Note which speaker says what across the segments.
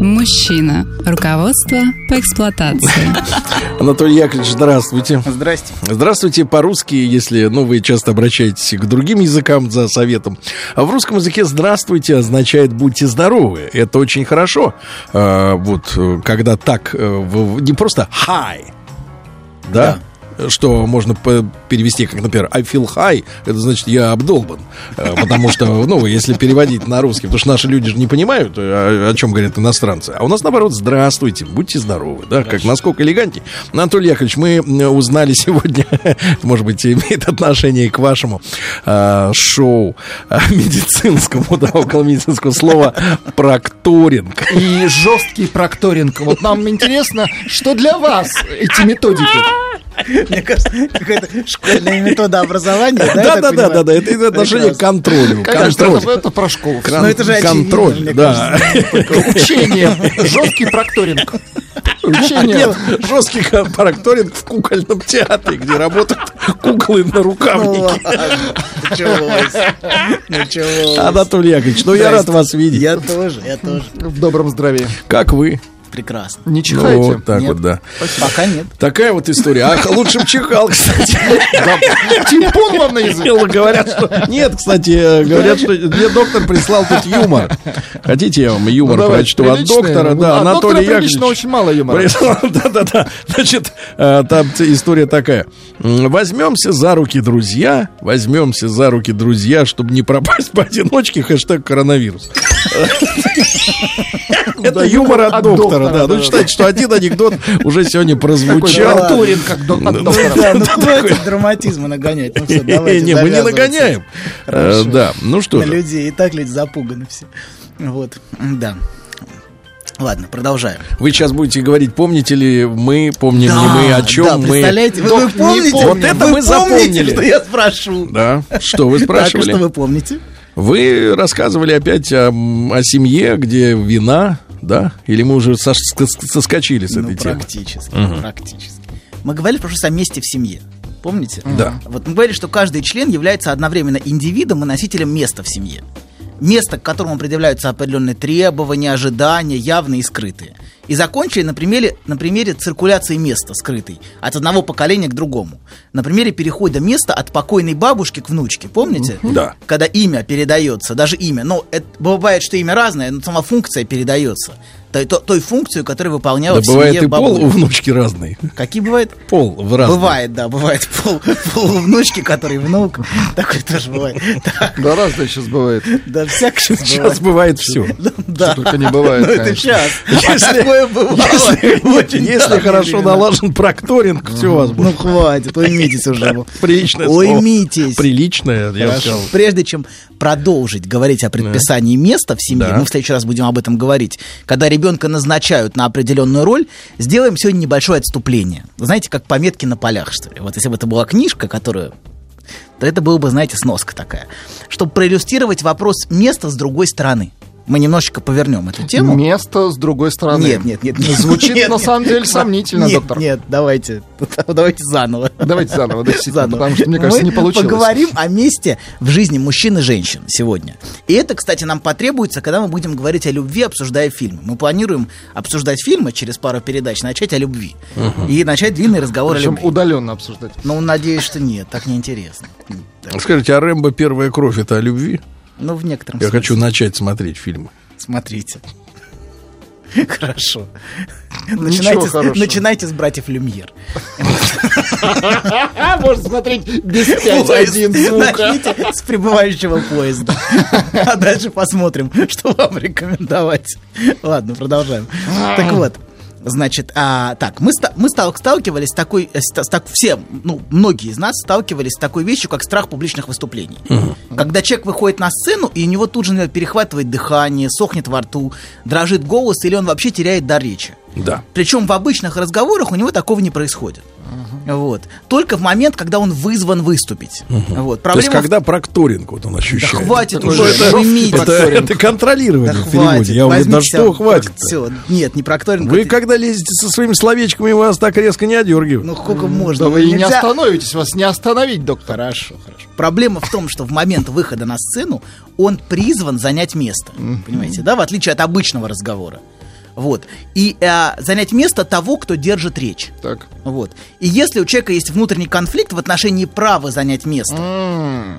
Speaker 1: Мужчина. Руководство по эксплуатации.
Speaker 2: Анатолий Яковлевич, здравствуйте.
Speaker 3: Здрасте.
Speaker 2: Здравствуйте по-русски, если ну, вы часто обращаетесь к другим языкам за советом. А в русском языке «здравствуйте» означает «будьте здоровы». Это очень хорошо. А, вот э, когда так, э, в- в- не просто «хай», да? что можно п- перевести, как, например, I feel high, это значит, я обдолбан. Э, Потому что, ну, если переводить на русский, потому что наши люди же не понимают, э, о, о чем говорят иностранцы. А у нас, наоборот, здравствуйте, будьте здоровы, да, как насколько элегантнее. Анатолий Яковлевич, мы м, узнали сегодня, может быть, имеет отношение к вашему а, шоу а, медицинскому, да, около медицинского слова прокторинг.
Speaker 3: И жесткий прокторинг. Вот нам интересно, что для вас эти методики?
Speaker 4: Мне кажется, какая-то школьная метода образования.
Speaker 2: Да, да, да, да, да, это имеет отношение к
Speaker 4: Прекрасно.
Speaker 2: контролю.
Speaker 3: Конечно,
Speaker 2: контролю.
Speaker 3: это, это про школу.
Speaker 2: Кран-
Speaker 4: Ну, это же очевидно,
Speaker 2: контроль,
Speaker 4: мне
Speaker 2: да.
Speaker 3: Учение. Жесткий прокторинг. Учение.
Speaker 2: А Нет, жесткий паракторинг в кукольном театре, где работают куклы на рукавнике.
Speaker 4: Началось. Началось.
Speaker 2: Анатолий Яковлевич, ну я рад
Speaker 4: Здрасте.
Speaker 2: вас видеть.
Speaker 4: Я тоже, я тоже. Ну,
Speaker 3: В добром здравии.
Speaker 2: Как вы?
Speaker 4: Прекрасно.
Speaker 3: Не
Speaker 2: Ну,
Speaker 3: чихайте.
Speaker 2: вот так
Speaker 4: Нет.
Speaker 2: вот, да.
Speaker 4: Пока нет.
Speaker 2: Такая вот история. А лучше б чихал, кстати.
Speaker 3: Тимпун вам на язык.
Speaker 2: Дело, Говорят, что... Нет, кстати, э, говорят, что мне доктор прислал тут юмор. Хотите, я вам юмор
Speaker 3: Ну, давайте,
Speaker 2: прочту от
Speaker 3: приличное.
Speaker 2: доктора? Да,
Speaker 3: От доктора
Speaker 2: Анатолий
Speaker 3: прилично,
Speaker 2: Яковлевич.
Speaker 3: очень мало юмора.
Speaker 2: Прислал, да-да-да. Значит, э, там ц- история такая. М, Возьмемся за руки, друзья. Возьмемся за руки, друзья, чтобы не пропасть поодиночке. Хэштег коронавирус. Это юмор от доктора, да. Ну, считайте, что один анекдот уже сегодня прозвучал.
Speaker 3: Прокторинг как до- от доктора.
Speaker 4: Да, ну хватит драматизма нагонять. Ну все, давайте
Speaker 2: Не, мы не
Speaker 4: завязываться
Speaker 2: нагоняем. Э,
Speaker 4: Хорошо.
Speaker 2: Да, ну что
Speaker 4: На
Speaker 2: же.
Speaker 4: людей. И так люди запуганы все. Вот, да. Ладно, продолжаем.
Speaker 2: Вы сейчас будете говорить, помните ли мы, помним ли мы, о чем
Speaker 4: А, да,
Speaker 2: мы.
Speaker 4: представляете? Вы, вы помните?
Speaker 2: помню.
Speaker 4: меня?
Speaker 2: Вот это
Speaker 4: Вы
Speaker 2: мы запомнили.
Speaker 4: помните, что я спрошу?
Speaker 2: Да, что вы
Speaker 4: Так, а
Speaker 2: спрашивали?
Speaker 4: что вы помните?
Speaker 2: Вы рассказывали опять о, м, о семье, где вина, да? Или мы уже сош- ск- ск- соскочили с
Speaker 4: ну,
Speaker 2: этой темы?
Speaker 4: практически, практически. Мы говорили в прошлый раз о месте в семье. Помните?
Speaker 2: Да.
Speaker 4: Вот мы говорили, что каждый член является одновременно индивидом и носителем места в семье. Место, к которому предъявляются определенные требования, ожидания, явные и скрытые. И закончили на примере, на примере циркуляции места скрытой от одного поколения к другому. На примере перехода места от покойной бабушки к внучке. Помните?
Speaker 2: Да.
Speaker 4: Когда имя передается, даже имя. Ну, это бывает, что имя разное, но сама функция передается. Той, то- той функцию, которую выполняла
Speaker 2: Да
Speaker 4: Ну, в
Speaker 2: бывает
Speaker 4: семье
Speaker 2: и пол
Speaker 4: бабуля.
Speaker 2: у внучки разный.
Speaker 4: Какие бывают?
Speaker 2: Пол в разный.
Speaker 4: Бывает, да, бывает пол, пол внучки, который внук. Такое тоже бывает. Да,
Speaker 3: Да разное сейчас бывает.
Speaker 4: да всякое сейчас
Speaker 2: Сейчас бывает
Speaker 4: бывает.
Speaker 2: все.
Speaker 4: Да.
Speaker 3: только не бывает,
Speaker 4: Ну, это
Speaker 3: конечно.
Speaker 4: сейчас.
Speaker 2: Если-
Speaker 4: Такое бывало. Очень
Speaker 2: Если
Speaker 4: давно
Speaker 2: хорошо
Speaker 4: времена.
Speaker 2: налажен прокторинг, все возможно.
Speaker 4: Ну, хватит, уймитесь уже.
Speaker 2: Приличное слово.
Speaker 4: Уймитесь.
Speaker 2: Приличное, я бы
Speaker 4: Хорошо.
Speaker 2: сказал.
Speaker 4: Прежде чем продолжить говорить о предписании места в семье,
Speaker 2: Да.
Speaker 4: мы в следующий раз будем об этом говорить, когда ребенка назначают на определенную роль, сделаем сегодня небольшое отступление. Вы знаете, как пометки на полях, что ли? Вот если бы это была книжка, которую то это было бы, знаете, сноска такая. Чтобы проиллюстрировать вопрос места с другой стороны. Мы немножечко повернем эту тему.
Speaker 3: Место с другой стороны. Ну,
Speaker 4: Нет, нет, нет. нет.
Speaker 3: Звучит
Speaker 4: Нет,
Speaker 3: на
Speaker 4: нет.
Speaker 3: самом деле сомнительно,
Speaker 4: Нет,
Speaker 3: доктор.
Speaker 4: Нет, давайте, давайте заново.
Speaker 3: Давайте заново, да, действительно,
Speaker 4: Заново.
Speaker 3: потому что, мне кажется, не
Speaker 4: Мы
Speaker 3: получилось.
Speaker 4: поговорим о месте в жизни мужчин и женщин сегодня. И это, кстати, нам потребуется, когда мы будем говорить о любви, обсуждая фильмы. Мы планируем обсуждать фильмы через пару передач, начать о любви. И начать длинный разговор о
Speaker 3: Причем
Speaker 4: любви.
Speaker 3: удаленно обсуждать.
Speaker 4: Ну, надеюсь, что нет, так неинтересно. Так,
Speaker 2: Скажите, а Рэмбо «Первая кровь» — это о любви?
Speaker 4: Ну, в некотором
Speaker 2: Я
Speaker 4: смысле.
Speaker 2: хочу начать смотреть фильмы.
Speaker 4: Смотрите. Хорошо.
Speaker 3: Ничего
Speaker 4: Начинайте, с-
Speaker 3: хорошего.
Speaker 4: начинайте с братьев Люмьер.
Speaker 3: А, можно смотреть без
Speaker 4: Поезд. Начните с прибывающего поезда. А дальше посмотрим, что вам рекомендовать. Ладно, продолжаем. Так вот. Значит, а, так, мы, ста- мы стал- сталкивались с такой, э, ста- с так, все, ну, многие из нас сталкивались с такой вещью, как страх публичных выступлений. Когда человек выходит на сцену, и у него тут же например, перехватывает дыхание, сохнет во рту, дрожит голос, или он вообще теряет дар речи.
Speaker 2: Да.
Speaker 4: Причем в обычных разговорах у него такого не происходит. Вот. Только в момент, когда он вызван выступить. Вот.
Speaker 2: То есть,
Speaker 4: Проблема в-
Speaker 2: когда прокторинг вот он ощущает.
Speaker 4: хватит
Speaker 2: Такой
Speaker 4: уже,
Speaker 2: это-
Speaker 4: шумите,
Speaker 2: Это,
Speaker 4: прокторинг.
Speaker 2: это контролирование
Speaker 4: Да
Speaker 2: в переводе. Я уже
Speaker 4: возьмите
Speaker 2: на
Speaker 4: себя
Speaker 2: что
Speaker 4: в прок-
Speaker 2: хватит.
Speaker 4: Всё. Нет, не прокторинг.
Speaker 2: Вы когда лезете со своими словечками, вас так резко не одергивают.
Speaker 4: Ну сколько можно?
Speaker 3: Да вы и не
Speaker 4: Нельзя.
Speaker 3: остановитесь, вас не остановить, доктор. Хорошо, хорошо.
Speaker 4: Проблема в том, что в момент выхода на сцену он призван занять место. Понимаете, да, в отличие от обычного разговора. Вот. И э, занять место того, кто держит речь.
Speaker 3: Так.
Speaker 4: Вот. И если у человека есть внутренний конфликт в отношении права занять место,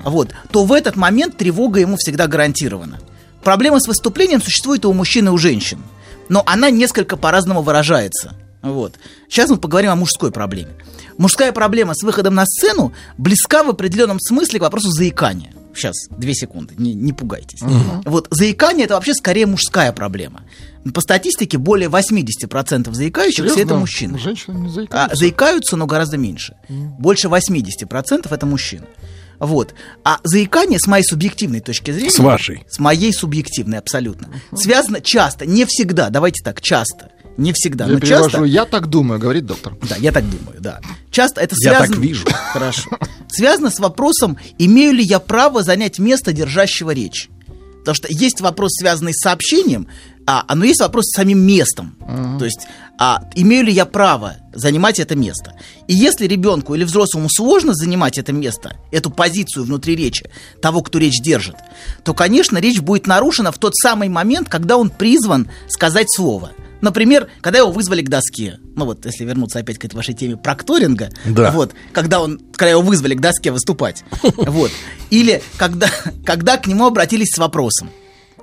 Speaker 4: вот, то в этот момент тревога ему всегда гарантирована. Проблема с выступлением существует и у мужчин, и у женщин. Но она несколько по-разному выражается. Вот. Сейчас мы поговорим о мужской проблеме. Мужская проблема с выходом на сцену близка в определенном смысле к вопросу заикания. Сейчас, две секунды, не, не пугайтесь. Вот, заикание – это вообще скорее мужская проблема. По статистике, более 80% заикающихся – это
Speaker 3: Серьезно?
Speaker 4: мужчины.
Speaker 3: Женщины не
Speaker 4: А,
Speaker 3: заикаются.
Speaker 4: заикаются, но гораздо меньше. Больше 80% это мужчины. Вот. А заикание, с моей субъективной точки зрения...
Speaker 2: С вашей.
Speaker 4: С моей субъективной, абсолютно. Связано часто, не всегда, давайте так, часто. Не всегда,
Speaker 3: Я
Speaker 4: но
Speaker 3: перевожу,
Speaker 4: ну, часто...
Speaker 3: я так думаю, говорит доктор.
Speaker 4: Да, я так думаю, да. Часто это
Speaker 2: Я
Speaker 4: связано...
Speaker 2: так вижу.
Speaker 4: Хорошо. Связано с вопросом, имею ли я право занять место держащего речь. Потому что есть вопрос, связанный с сообщением, а, а, но есть вопрос с самим местом. То есть, а, имею ли я право занимать это место? И если ребенку или взрослому сложно занимать это место, эту позицию внутри речи, того, кто речь держит, то, конечно, речь будет нарушена в тот самый момент, когда он призван сказать слово. Например, когда его вызвали к доске. Ну вот, если вернуться опять к этой вашей теме прокторинга,
Speaker 2: Да.
Speaker 4: вот, когда он, когда его вызвали к доске выступать, вот, или когда, когда к нему обратились с вопросом.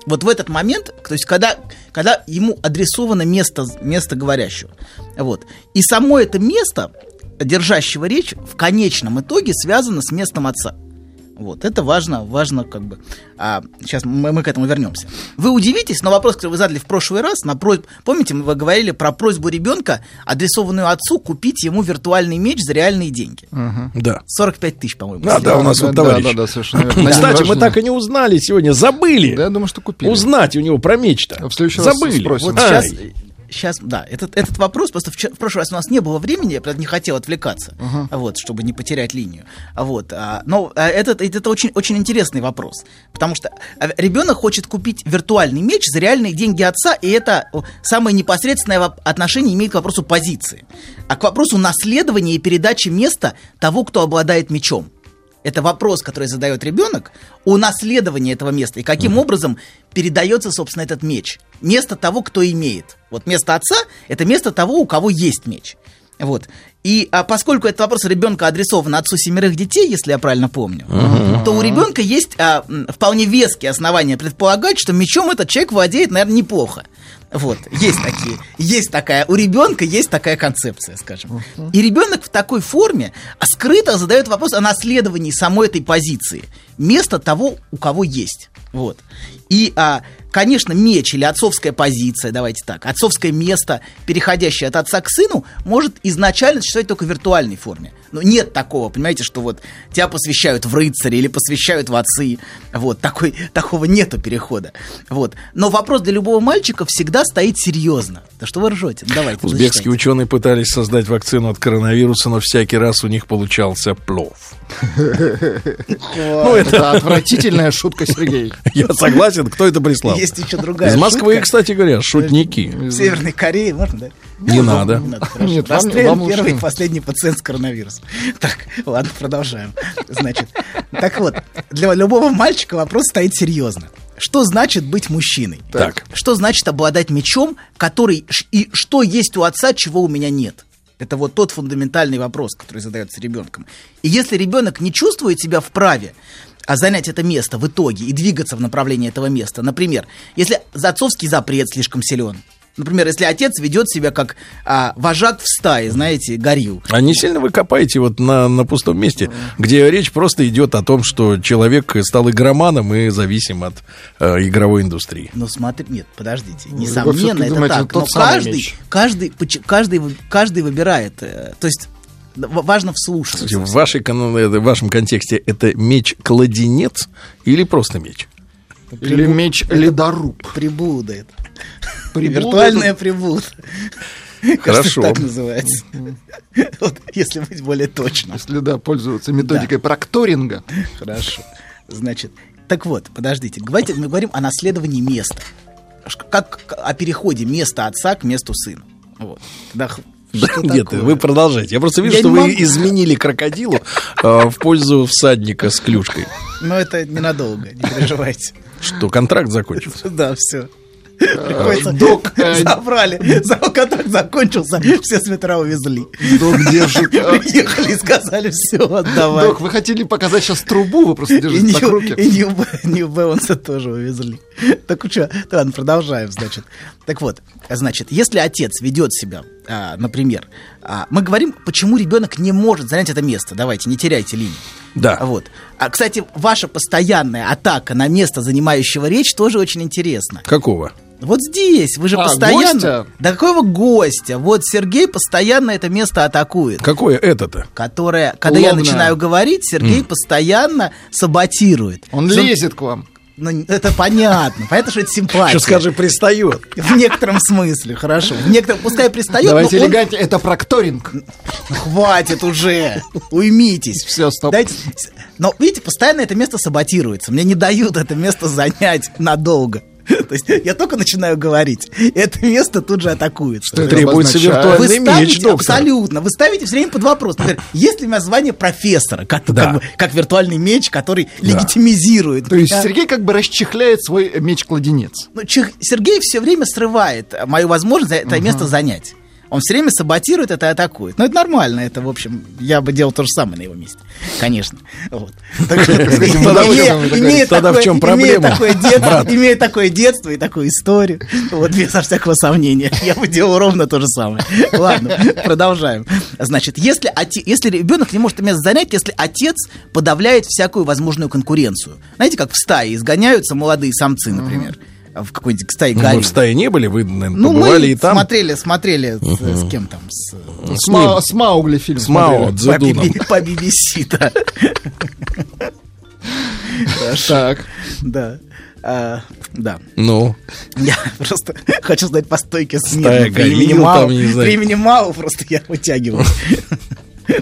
Speaker 4: Вот в этот момент, то есть когда, когда ему адресовано место, место говорящего. Вот. И само это место, держащего речь, в конечном итоге связано с местом отца. Вот, это важно, важно как бы. А, сейчас мы, мы к этому вернемся. Вы удивитесь, но вопрос, который вы задали в прошлый раз, на просьб... помните, мы говорили про просьбу ребенка, адресованную отцу, купить ему виртуальный меч за реальные деньги.
Speaker 2: Да.
Speaker 4: 45 тысяч, по-моему.
Speaker 2: А, да, у нас
Speaker 3: Да,
Speaker 2: вот
Speaker 3: да,
Speaker 2: товарищ.
Speaker 3: да, да, совершенно верно.
Speaker 2: Кстати,
Speaker 3: День
Speaker 2: мы
Speaker 3: рождения.
Speaker 2: так и не узнали сегодня, забыли.
Speaker 3: Да, я думаю, что купили.
Speaker 2: Узнать у него про меч-то.
Speaker 3: А в следующий раз
Speaker 2: забыли.
Speaker 3: спросим.
Speaker 2: Вот
Speaker 3: Ай.
Speaker 2: сейчас-
Speaker 4: сейчас, сейчас, да, этот, этот вопрос, просто в, в прошлый раз у нас не было времени, я правда, не хотел отвлекаться, вот, чтобы не потерять линию. А Вот, а, но а, этот, это очень, очень интересный вопрос, потому что а, ребенок хочет купить виртуальный меч за реальные деньги отца, и это о, самое непосредственное воп- отношение имеет к вопросу позиции, а к вопросу наследования и передачи места того, кто обладает мечом. Это вопрос, который задает ребенок о наследовании этого места и каким образом передается, собственно, этот меч. Место того, кто имеет. Вот место отца – это место того, у кого есть меч. Вот. И а поскольку этот вопрос ребенка адресован отцу семерых детей, если я правильно помню, то у ребенка есть а, м, вполне веские основания предполагать, что мечом этот человек владеет, наверное, неплохо. Вот, есть такие, есть такая, у ребенка есть такая концепция, скажем. И ребенок в такой форме а скрыто задает вопрос о наследовании самой этой позиции, место того, у кого есть. Вот. И, а, конечно, меч или отцовская позиция, давайте так, отцовское место, переходящее от отца к сыну, может изначально существовать только в виртуальной форме. Но нет такого, понимаете, что вот тебя посвящают в рыцари или посвящают в отцы. Вот, такой, такого нету перехода. Вот. Но вопрос для любого мальчика всегда стоит серьезно. Да что вы ржете? Ну, Давайте.
Speaker 2: Узбекские
Speaker 4: зачитайте.
Speaker 2: ученые пытались создать вакцину от коронавируса, но всякий раз у них получался плов.
Speaker 3: Ну, это отвратительная шутка, Сергей.
Speaker 2: Я согласен, кто это прислал?
Speaker 4: Есть еще другая
Speaker 2: Из Москвы,
Speaker 4: шутка.
Speaker 2: кстати говоря, шутники.
Speaker 4: В Северной Корее можно, да?
Speaker 2: Не
Speaker 4: Ну,
Speaker 2: надо.
Speaker 4: хорошо.
Speaker 3: Нет, вам-
Speaker 4: Расстрелян
Speaker 3: вам лучше.
Speaker 4: первый и последний пациент с коронавирусом. Так, ладно, продолжаем. Значит, так вот, для любого мальчика вопрос стоит серьезно. Что значит быть мужчиной?
Speaker 2: Так.
Speaker 4: Что значит обладать мечом, который... ш- И что есть у отца, чего у меня нет? Это вот тот фундаментальный вопрос, который задается ребенком. И если ребенок не чувствует себя вправе а занять это место в итоге и двигаться в направлении этого места, например, если за- отцовский запрет слишком силен, например, если отец ведет себя как а, вожак в стае, знаете, горил,
Speaker 2: А не сильно вы копаете вот на, на пустом месте, где речь просто идет о том, что человек стал игроманом и зависим от э, игровой индустрии.
Speaker 4: Ну смотри, нет, подождите,
Speaker 3: вы
Speaker 4: несомненно
Speaker 3: всё-таки
Speaker 4: это
Speaker 3: Ну, думаете,
Speaker 4: так,
Speaker 3: тот
Speaker 4: но
Speaker 3: самый
Speaker 4: каждый,
Speaker 3: меч.
Speaker 4: каждый, поч- каждый, вы- каждый выбирает, э, то есть да, ва- важно вслушаться.
Speaker 2: Кстати, в, вашей, кон- э, в вашем контексте это меч-кладенец или просто меч?
Speaker 3: Или меч ледоруб.
Speaker 4: Приблуда это.
Speaker 3: Приблуда
Speaker 4: Виртуальная приблуда.
Speaker 2: Хорошо.
Speaker 4: Кажется, так называется. Вот, если быть более точным.
Speaker 3: Если да, пользоваться методикой прокторинга.
Speaker 4: Хорошо. Значит, так вот, подождите. Давайте мы говорим о наследовании места. Ш- Как к- о переходе места отца к месту сына. Вот. Да, х-
Speaker 2: Да,
Speaker 4: что
Speaker 2: нет,
Speaker 4: такое?
Speaker 2: вы продолжайте. Я просто вижу,
Speaker 4: Я
Speaker 2: что
Speaker 4: не
Speaker 2: вы
Speaker 4: могу.
Speaker 2: изменили крокодилу э, в пользу всадника с клюшкой.
Speaker 4: Но Ну, это ненадолго, не переживайте.
Speaker 2: Что, контракт закончился?
Speaker 4: Да, все. Приходится.
Speaker 3: Э, док, э,
Speaker 4: Забрали. За- Контракт закончился. Все свитера увезли.
Speaker 3: Док держит. э,
Speaker 4: Приехали и сказали, все, отдавай.
Speaker 3: Док, вы хотели показать сейчас трубу, вы просто
Speaker 4: И
Speaker 3: держите так
Speaker 4: Нью,
Speaker 3: руки.
Speaker 4: и Нью, Б- Нью Бэланса тоже увезли. Так что, ну ладно, продолжаем, значит. Так вот, значит, если отец ведет себя, а, например, а, мы говорим, почему ребенок не может занять это место. Давайте, не теряйте линию.
Speaker 2: Да.
Speaker 4: Вот. А, кстати, ваша постоянная атака на место, занимающего речь, тоже очень интересна.
Speaker 2: Какого?
Speaker 4: Вот здесь вы же
Speaker 3: А,
Speaker 4: постоянно...
Speaker 3: гостя?
Speaker 4: Да какого гостя? Вот Сергей постоянно это место атакует
Speaker 2: Какое это-то?
Speaker 4: которая, когда я
Speaker 3: Лобная.
Speaker 4: начинаю говорить, Сергей постоянно саботирует.
Speaker 3: Он
Speaker 4: За-
Speaker 3: лезет к вам.
Speaker 4: Ну, это понятно. Понятно, что это симпатия.
Speaker 2: Что скажи, пристает.
Speaker 4: В некотором смысле, хорошо. В некотором, пускай пристает,
Speaker 3: Давайте
Speaker 4: но ну он-
Speaker 3: элегантнее. Это прокторинг.
Speaker 4: Хватит уже. Уймитесь.
Speaker 3: Всё, стоп.
Speaker 4: Дайте- Но, видите, постоянно это место саботируется. Мне не дают это место занять надолго. То есть я только начинаю говорить, и это место тут же атакует.
Speaker 3: Что это
Speaker 2: Требуется
Speaker 3: обозначает?
Speaker 2: виртуальный
Speaker 4: Вы
Speaker 2: меч,
Speaker 4: ставите,
Speaker 2: доктор.
Speaker 4: абсолютно, вы ставите все время под вопрос. Например, есть ли у меня звание профессора, как, как
Speaker 2: Да.
Speaker 4: бы- как виртуальный меч, который легитимизирует.
Speaker 3: То есть
Speaker 4: А,
Speaker 3: Сергей как бы расчехляет свой меч-кладенец.
Speaker 4: ну, Чех- Сергей все время срывает э, мою возможность за это место занять. Он все время саботирует это и атакует. Но это нормально, это, в общем, я бы делал то же самое на его месте, конечно. Вот. Так что,
Speaker 2: Тогда в чем-
Speaker 4: имея- имея
Speaker 2: тогда в
Speaker 4: такое-
Speaker 2: чем
Speaker 4: имея
Speaker 2: проблема,
Speaker 4: такое детство-
Speaker 2: брат?
Speaker 4: Имея такое детство и такую историю, вот безо всякого сомнения, я бы делал ровно то же самое. Ладно, продолжаем. Значит, если, оте- если ребенок не может это место занять, если отец подавляет всякую возможную конкуренцию. Знаете, как в стае изгоняются молодые самцы, например, в какой-нибудь стае
Speaker 2: Ну, Мы
Speaker 4: горилл.
Speaker 2: в стае не были, вы, наверное,
Speaker 4: Ну,
Speaker 2: побывали
Speaker 4: мы
Speaker 2: и там.
Speaker 4: смотрели, смотрели с- с, кем там, с,
Speaker 2: С
Speaker 3: С,
Speaker 2: ним.
Speaker 3: Ма- с Маугли фильм
Speaker 2: С Мао
Speaker 3: смотрели.
Speaker 4: по,
Speaker 2: Цзэдуном.
Speaker 4: BB по BBC, да.
Speaker 3: Так.
Speaker 4: Да. А, да.
Speaker 2: Ну,
Speaker 4: Я просто хочу знать по стойке смирно. Времени
Speaker 2: горилл
Speaker 4: мало,
Speaker 2: там, не знаю.
Speaker 4: времени мало, просто я вытягиваю.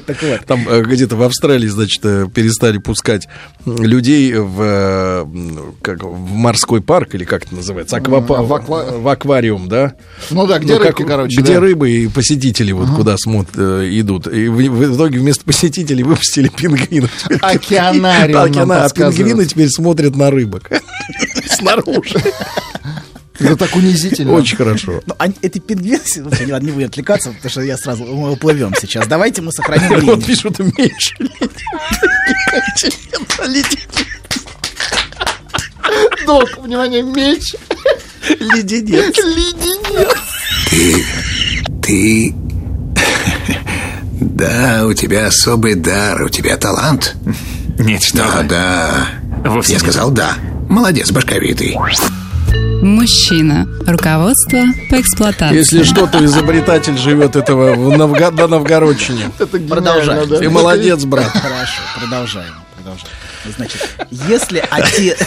Speaker 4: Так вот.
Speaker 2: там э, где-то в Австралии, значит, э, перестали пускать м, людей в, э, м, как, в морской парк, или как это называется, аквапа-
Speaker 3: А, в аква-
Speaker 2: в аквариум, да?
Speaker 3: Ну да, где
Speaker 2: Ну, как-
Speaker 3: рыбки, короче.
Speaker 2: Где
Speaker 3: да.
Speaker 2: рыбы и посетители вот куда смут э, идут. И в, в итоге вместо посетителей выпустили пингвинов.
Speaker 3: Океанариум А
Speaker 2: Да,
Speaker 3: нам
Speaker 2: океана- А
Speaker 3: подсказывает.
Speaker 2: пингвины теперь смотрят на рыбок. Снаружи.
Speaker 3: Это Ну, так унизительно.
Speaker 2: Очень хорошо.
Speaker 4: Ну, а эти пингвины, ну, я не буду отвлекаться, потому что я сразу, мы уплывем сейчас. Давайте мы сохраним линию.
Speaker 2: Вот пишут, умеешь
Speaker 3: Док, внимание, меч.
Speaker 2: леденец.
Speaker 5: Ты... Ты... Да, у тебя особый дар, у тебя талант.
Speaker 6: Нет, что
Speaker 5: Да,
Speaker 6: вы.
Speaker 5: да.
Speaker 6: Вовсе
Speaker 5: Я
Speaker 6: нет.
Speaker 5: сказал да. Молодец, башковитый.
Speaker 1: Мужчина. Руководство по эксплуатации.
Speaker 2: Если что-то изобретатель живет этого в Новго- на Новгородчине.
Speaker 3: Это гениально,
Speaker 4: Продолжаем.
Speaker 3: да.
Speaker 2: Ты молодец, брат.
Speaker 4: Хорошо, продолжаем. Продолжаем. Значит, если отец...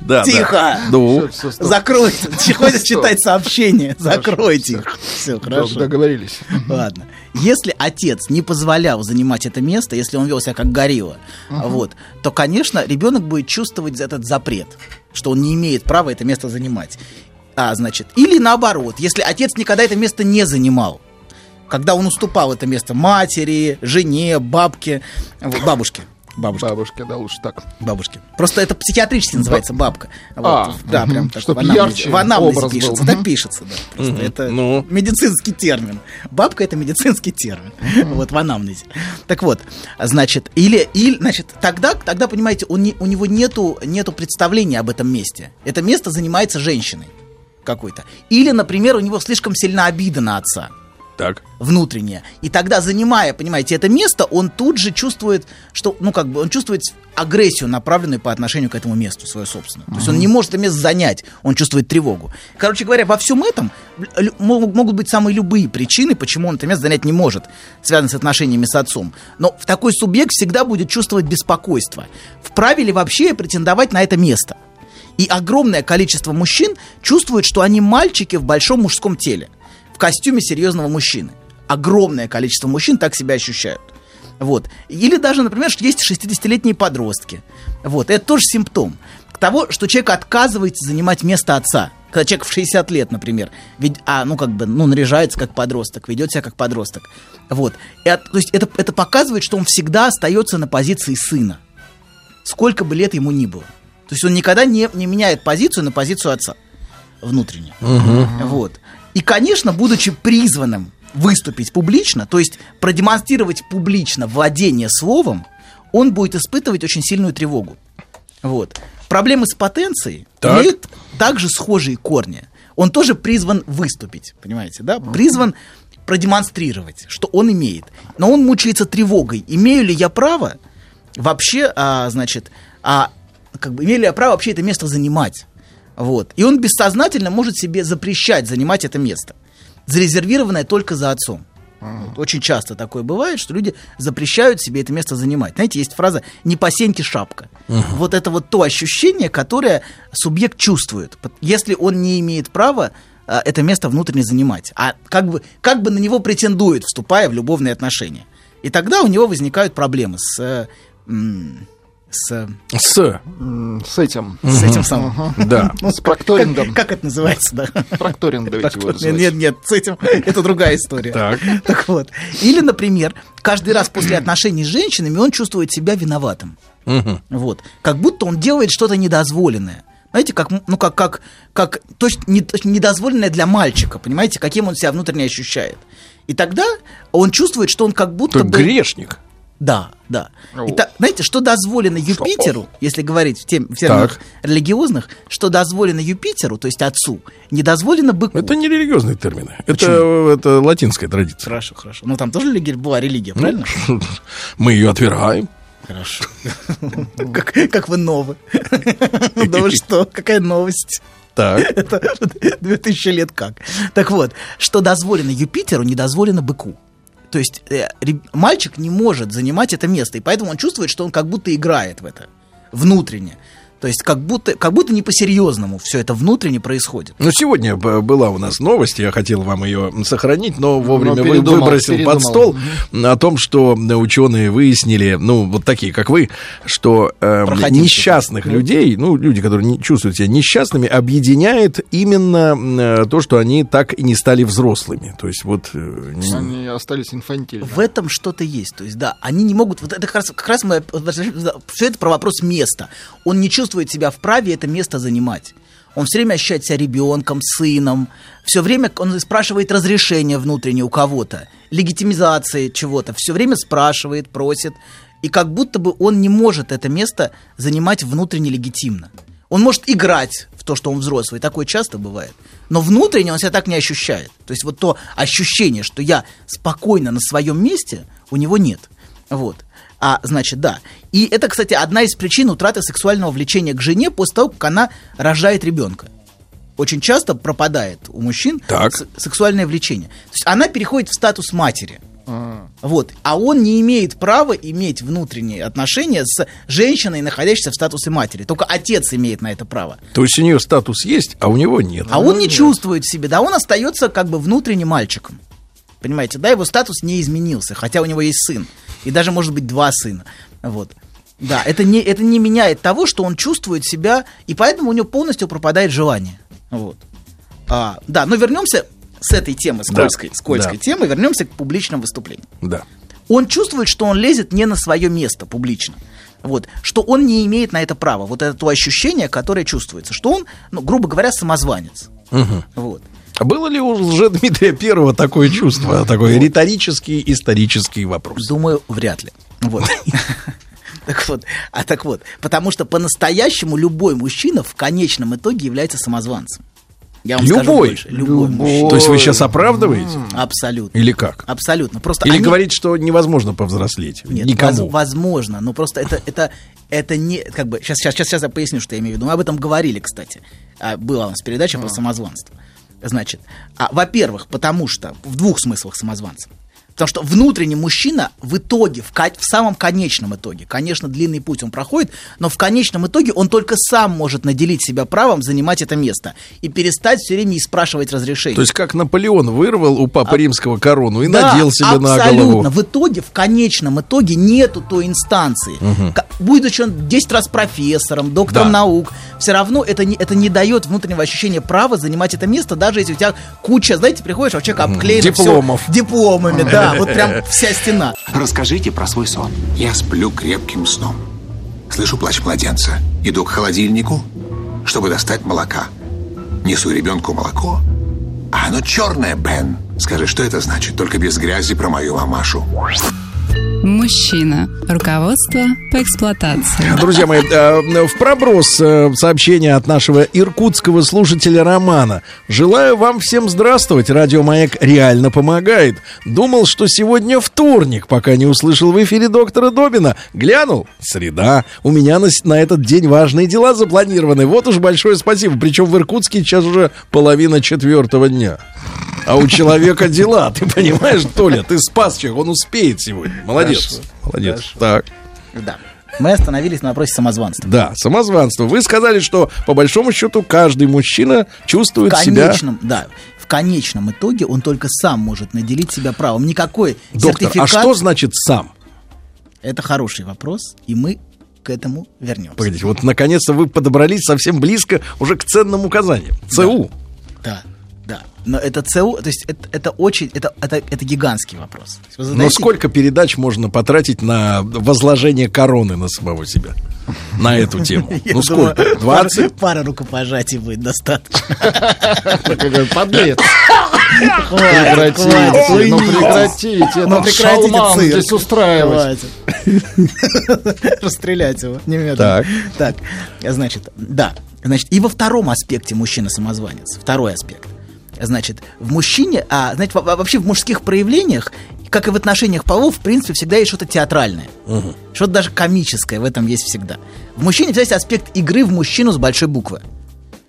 Speaker 2: Да, да.
Speaker 4: Тихо!
Speaker 2: Ну,
Speaker 3: Всё, стоп.
Speaker 4: Закройте. Не хочется читать сообщения. Закройте. Все,
Speaker 3: Док,
Speaker 4: хорошо.
Speaker 3: Договорились.
Speaker 4: Ладно. Если отец не позволял занимать это место, если он вел себя как горилла, вот, то, конечно, ребенок будет чувствовать этот запрет, что он не имеет права это место занимать. А, значит, или наоборот, если отец никогда это место не занимал, когда он уступал это место матери, жене, бабке, вот, бабушке. Бабушке.
Speaker 3: Бабушка, да, лучше так.
Speaker 4: Бабушке. Просто это психиатрически называется бабка. Вот,
Speaker 3: А,
Speaker 4: да,
Speaker 3: мгм.
Speaker 4: прям так.
Speaker 3: Чтоб
Speaker 4: в анамнезе-
Speaker 3: ярче
Speaker 4: в анамнезе
Speaker 3: образ был.
Speaker 4: пишется.
Speaker 3: Мгм.
Speaker 4: Так пишется, да. Просто это
Speaker 2: Ну.
Speaker 4: медицинский термин. Бабка это медицинский термин. Вот в анамнезе. Так вот, значит, или, или значит, тогда, тогда понимаете, он не- у него нету, нету представления об этом месте. Это место занимается женщиной какой-то. Или, например, у него слишком сильно обида на отца
Speaker 2: Так.
Speaker 4: внутреннее. И тогда, занимая, понимаете, это место, он тут же чувствует, что, ну, как бы, он чувствует агрессию, направленную по отношению к этому месту, свое собственное. То есть он не может это место занять, он чувствует тревогу. Короче говоря, во всем этом лю- могут могут быть самые любые причины, почему он это место занять не может, связанные с отношениями с отцом. Но в такой субъект всегда будет чувствовать беспокойство. Вправе ли вообще претендовать на это место? И огромное количество мужчин чувствует, что они мальчики в большом мужском теле в костюме серьезного мужчины. Огромное количество мужчин так себя ощущают. Вот. Или даже, например, что есть 60-летние подростки. Вот. Это тоже симптом того, что человек отказывается занимать место отца. Когда человек в 60 лет, например, ведь, а, ну, как бы, ну, наряжается как подросток, ведет себя как подросток. Вот. И от- то есть это, это показывает, что он всегда остается на позиции сына. Сколько бы лет ему ни было. То есть он никогда не, не меняет позицию на позицию отца внутренне. Вот. И, конечно, будучи призванным выступить публично, то есть продемонстрировать публично владение словом, он будет испытывать очень сильную тревогу. Вот. Проблемы с потенцией
Speaker 2: Так.
Speaker 4: имеют также схожие корни. Он тоже призван выступить, понимаете, да? Призван продемонстрировать, что он имеет. Но он мучается тревогой. Имею ли я право вообще, а, значит, а, как бы, имею ли я право вообще это место занимать? Вот. И он бессознательно может себе запрещать занимать это место, зарезервированное только за отцом. Вот Очень часто такое бывает, что люди запрещают себе это место занимать. Знаете, есть фраза «не по сеньке шапка». Вот это вот то ощущение, которое субъект чувствует, пот- если он не имеет права а, это место внутренне занимать, а как бы, как бы на него претендует, вступая в любовные отношения. И тогда у него возникают проблемы с, э, м, с, э,
Speaker 2: С.
Speaker 6: С этим,
Speaker 4: с этим самым.
Speaker 2: Да.
Speaker 6: ну, с прокторингом.
Speaker 4: Как это называется, да?
Speaker 6: Прокторинг давайте его
Speaker 4: Прокторинг. Нет,
Speaker 6: называть.
Speaker 4: нет, с этим это другая история.
Speaker 2: Так.
Speaker 4: Так вот. Или, например, каждый раз после отношений с женщинами он чувствует себя виноватым. Вот. Как будто он делает что-то недозволенное. Знаете, как, м- ну, как, как, как точно не- точно недозволенное для мальчика, понимаете, каким он себя внутренне ощущает. И тогда он чувствует, что он как будто
Speaker 2: Ты
Speaker 4: бы...
Speaker 2: грешник.
Speaker 4: Да, да.
Speaker 6: О.
Speaker 4: И та- знаете, что дозволено Юпитеру, если говорить в, тем, в терминах
Speaker 2: Так.
Speaker 4: религиозных, что дозволено Юпитеру, то есть отцу, не дозволено быку.
Speaker 2: Это не религиозные термины.
Speaker 4: Почему?
Speaker 2: Это, это латинская традиция.
Speaker 4: Хорошо, хорошо. Ну, там тоже религия, была религия, правильно?
Speaker 2: Мы ее отвергаем.
Speaker 4: Хорошо. Как, как вы новы. Да вы что, какая новость?
Speaker 2: Так.
Speaker 4: Это 2000 лет как. Так вот, что дозволено Юпитеру, не дозволено быку. То есть э, ре- мальчик не может занимать это место, и поэтому он чувствует, что он как будто играет в это внутренне. То есть как будто, как будто не по-серьезному все это внутренне происходит.
Speaker 2: Ну, сегодня б- была у нас новость, я хотел вам ее сохранить, но вовремя вы-
Speaker 6: передумал,
Speaker 2: выбросил
Speaker 6: передумал.
Speaker 2: под стол о том, что ученые выяснили, ну, вот такие, как вы, что э,
Speaker 4: Проходимцы.
Speaker 2: несчастных людей, ну, люди, которые не чувствуют себя несчастными, объединяет именно э, то, что они так и не стали взрослыми. То есть вот... э, не-
Speaker 6: Они остались инфантильными.
Speaker 4: В этом что-то есть. То есть, да, они не могут. Вот это как раз, как раз мы все это про вопрос места. Он не чувствует себя вправе это место занимать. Он все время ощущает себя ребенком, сыном. Все время он спрашивает разрешение внутреннее у кого-то, легитимизации чего-то. Все время спрашивает, просит. И как будто бы он не может это место занимать внутренне легитимно. Он может играть в то, что он взрослый, такое часто бывает. Но внутренне он себя так не ощущает. То есть вот то ощущение, что я спокойно на своем месте, у него нет. Вот. А, значит, да. И это, кстати, одна из причин утраты сексуального влечения к жене после того, как она рожает ребенка. Очень часто пропадает у мужчин
Speaker 2: Так.
Speaker 4: с- сексуальное влечение. То есть она переходит в статус матери. Вот. А он не имеет права иметь внутренние отношения с женщиной, находящейся в статусе матери. Только отец имеет на это право.
Speaker 2: То есть у нее статус есть, а у него нет.
Speaker 4: А он не чувствует себя, да, он остается как бы внутренним мальчиком. Понимаете, да, его статус не изменился, хотя у него есть сын. И даже, может быть, два сына. Вот. Да, это не, это не меняет того, что он чувствует себя, и поэтому у него полностью пропадает желание. Вот. А, да, но вернемся с этой темы, скользкой, скользкой
Speaker 2: да.
Speaker 4: темы, вернемся к публичным выступлениям
Speaker 2: Да.
Speaker 4: он чувствует, что он лезет не на свое место публично. Вот, что он не имеет на это права. Вот это то ощущение, которое чувствуется, что он, ну, грубо говоря, самозванец. Вот.
Speaker 2: А было ли у Дмитрия Первого такое чувство, такой риторический, исторический вопрос?
Speaker 4: Думаю, вряд ли. Вот. Так вот, а так вот, потому что по-настоящему любой мужчина в конечном итоге является самозванцем. Я вам скажу
Speaker 2: Любой?
Speaker 4: больше. Любой мужчина.
Speaker 2: То есть вы сейчас оправдываете?
Speaker 4: Абсолютно.
Speaker 2: Или как?
Speaker 4: Абсолютно. Просто
Speaker 2: Или
Speaker 4: А, они-
Speaker 2: говорить, что невозможно повзрослеть?
Speaker 4: Нет,
Speaker 2: Никому.
Speaker 4: воз- возможно, но просто это, это, это не, как бы, сейчас, сейчас, сейчас я поясню, что я имею в виду. Мы об этом говорили, кстати. А, была у нас передача про самозванство. Значит, а, во-первых, потому что, в двух смыслах самозванцев. Потому что внутренний мужчина в итоге, в, ко- в самом конечном итоге, конечно, длинный путь он проходит, но в конечном итоге он только сам может наделить себя правом занимать это место и перестать все время и спрашивать разрешения.
Speaker 2: То есть как Наполеон вырвал у папы римского корону и
Speaker 4: А- Да,
Speaker 2: надел себе на
Speaker 4: абсолютно.
Speaker 2: голову.
Speaker 4: В итоге, в конечном итоге нету той инстанции. Ка- Будучи он 10 раз профессором, доктором
Speaker 2: Да.
Speaker 4: наук, все равно это не, это не дает внутреннего ощущения права занимать это место, даже если у тебя куча, знаете, приходишь, а у человека обклеено всё
Speaker 2: Дипломов.
Speaker 4: дипломами, да, вот прям вся стена.
Speaker 7: Расскажите про свой сон.
Speaker 5: Я сплю крепким сном. Слышу плач младенца. Иду к холодильнику, чтобы достать молока. Несу ребенку молоко. А оно черное, Бен. Скажи, что это значит? Только без грязи про мою мамашу.
Speaker 1: Мужчина. Руководство по эксплуатации.
Speaker 2: Друзья мои, э, в проброс э, сообщение от нашего иркутского слушателя Романа. Желаю вам всем здравствовать. Радио Маяк реально помогает. Думал, что сегодня вторник, пока не услышал в эфире доктора Добина. Глянул. Среда. У меня на, с- на этот день важные дела запланированы. Вот уж большое спасибо. Причем в Иркутске сейчас уже половина четвертого дня. А у человека дела, ты понимаешь, Толя? Ты спас человека, он успеет сегодня. Молодец. Молодец. Так.
Speaker 4: Да. Мы остановились на вопросе самозванства.
Speaker 2: Да, самозванство. Вы сказали, что по большому счету каждый мужчина
Speaker 4: В
Speaker 2: чувствует себя.
Speaker 4: конечном, да, в конечном итоге он только сам может наделить себя правом. Никакой
Speaker 2: Доктор,
Speaker 4: сертификат.
Speaker 2: а что значит сам?
Speaker 4: Это хороший вопрос, и мы к этому вернемся.
Speaker 2: Погодите, вот наконец-то вы подобрались совсем близко уже к ценным указаниям. ЦУ.
Speaker 4: Да, да. Но это ЦУ, то есть это, это очень, это, это, это гигантский вопрос. То есть вы
Speaker 6: Ну
Speaker 2: Но
Speaker 4: задаете-
Speaker 2: сколько передач можно потратить на возложение короны на самого себя? На эту тему.
Speaker 4: Я
Speaker 2: Ну
Speaker 4: думаю,
Speaker 2: сколько?
Speaker 4: пара-
Speaker 2: 20?
Speaker 4: Пара рукопожатий будет достаточно.
Speaker 6: Какой подлец.
Speaker 4: Хватит, хватит.
Speaker 6: Прекратите, ну
Speaker 4: Уйдите.
Speaker 6: прекратите.
Speaker 4: Ну
Speaker 6: этот
Speaker 4: прекратите
Speaker 6: шалман
Speaker 4: цирк.
Speaker 6: здесь устраивать.
Speaker 4: Хватит. Расстрелять его немедленно.
Speaker 2: Так.
Speaker 4: Так. Значит, да. Значит, и во втором аспекте мужчина-самозванец. Второй аспект. Значит, в мужчине, а, знаете, во- во- вообще в мужских проявлениях, как и в отношениях полов, в принципе, всегда есть что-то театральное. Что-то даже комическое в этом есть всегда. В мужчине всегда есть аспект игры в мужчину с большой буквы.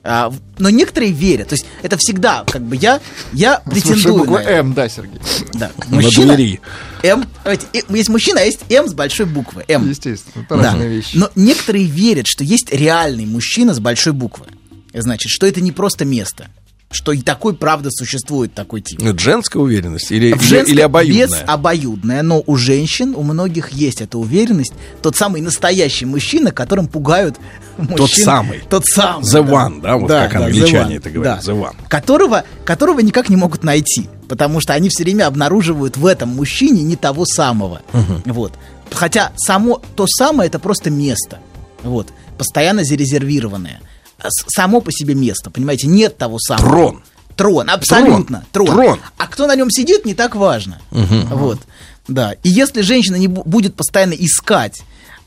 Speaker 4: А, в- но некоторые верят. То есть это всегда, как бы я, я
Speaker 6: Слушай,
Speaker 4: претендую
Speaker 6: буква
Speaker 4: на это.
Speaker 6: М, да, Сергей.
Speaker 4: Да.
Speaker 2: На
Speaker 4: Мужчина,
Speaker 2: двери.
Speaker 4: М, давайте, э, есть мужчина, а есть М с большой буквы. М. Ну,
Speaker 6: Естественно, это разные вещи.
Speaker 4: Но некоторые верят, что есть реальный мужчина с большой буквы. Значит, что это не просто место. Что и такой, правда, существует такой тип.
Speaker 2: Это Женская уверенность или,
Speaker 4: В женском-
Speaker 2: или
Speaker 4: Без
Speaker 2: обоюдная?
Speaker 4: обоюдная, но у женщин, у многих есть эта уверенность. Тот самый настоящий мужчина, которым пугают мужчин.
Speaker 2: самый.
Speaker 4: Тот самый.
Speaker 2: The one, да, вот как
Speaker 4: the
Speaker 2: англичане
Speaker 4: one,
Speaker 2: это говорят,
Speaker 4: да.
Speaker 2: the one.
Speaker 4: Которого, которого никак не могут найти, потому что они все время обнаруживают в этом мужчине не того самого. Вот. Хотя само то самое это просто место. Вот. Постоянно зарезервированное. А с- Само по себе место, понимаете, нет того самого.
Speaker 2: Трон.
Speaker 4: Трон, абсолютно. Трон.
Speaker 2: Трон.
Speaker 4: А кто на нем сидит, не так важно. Вот. Да. И если женщина не бу- будет постоянно искать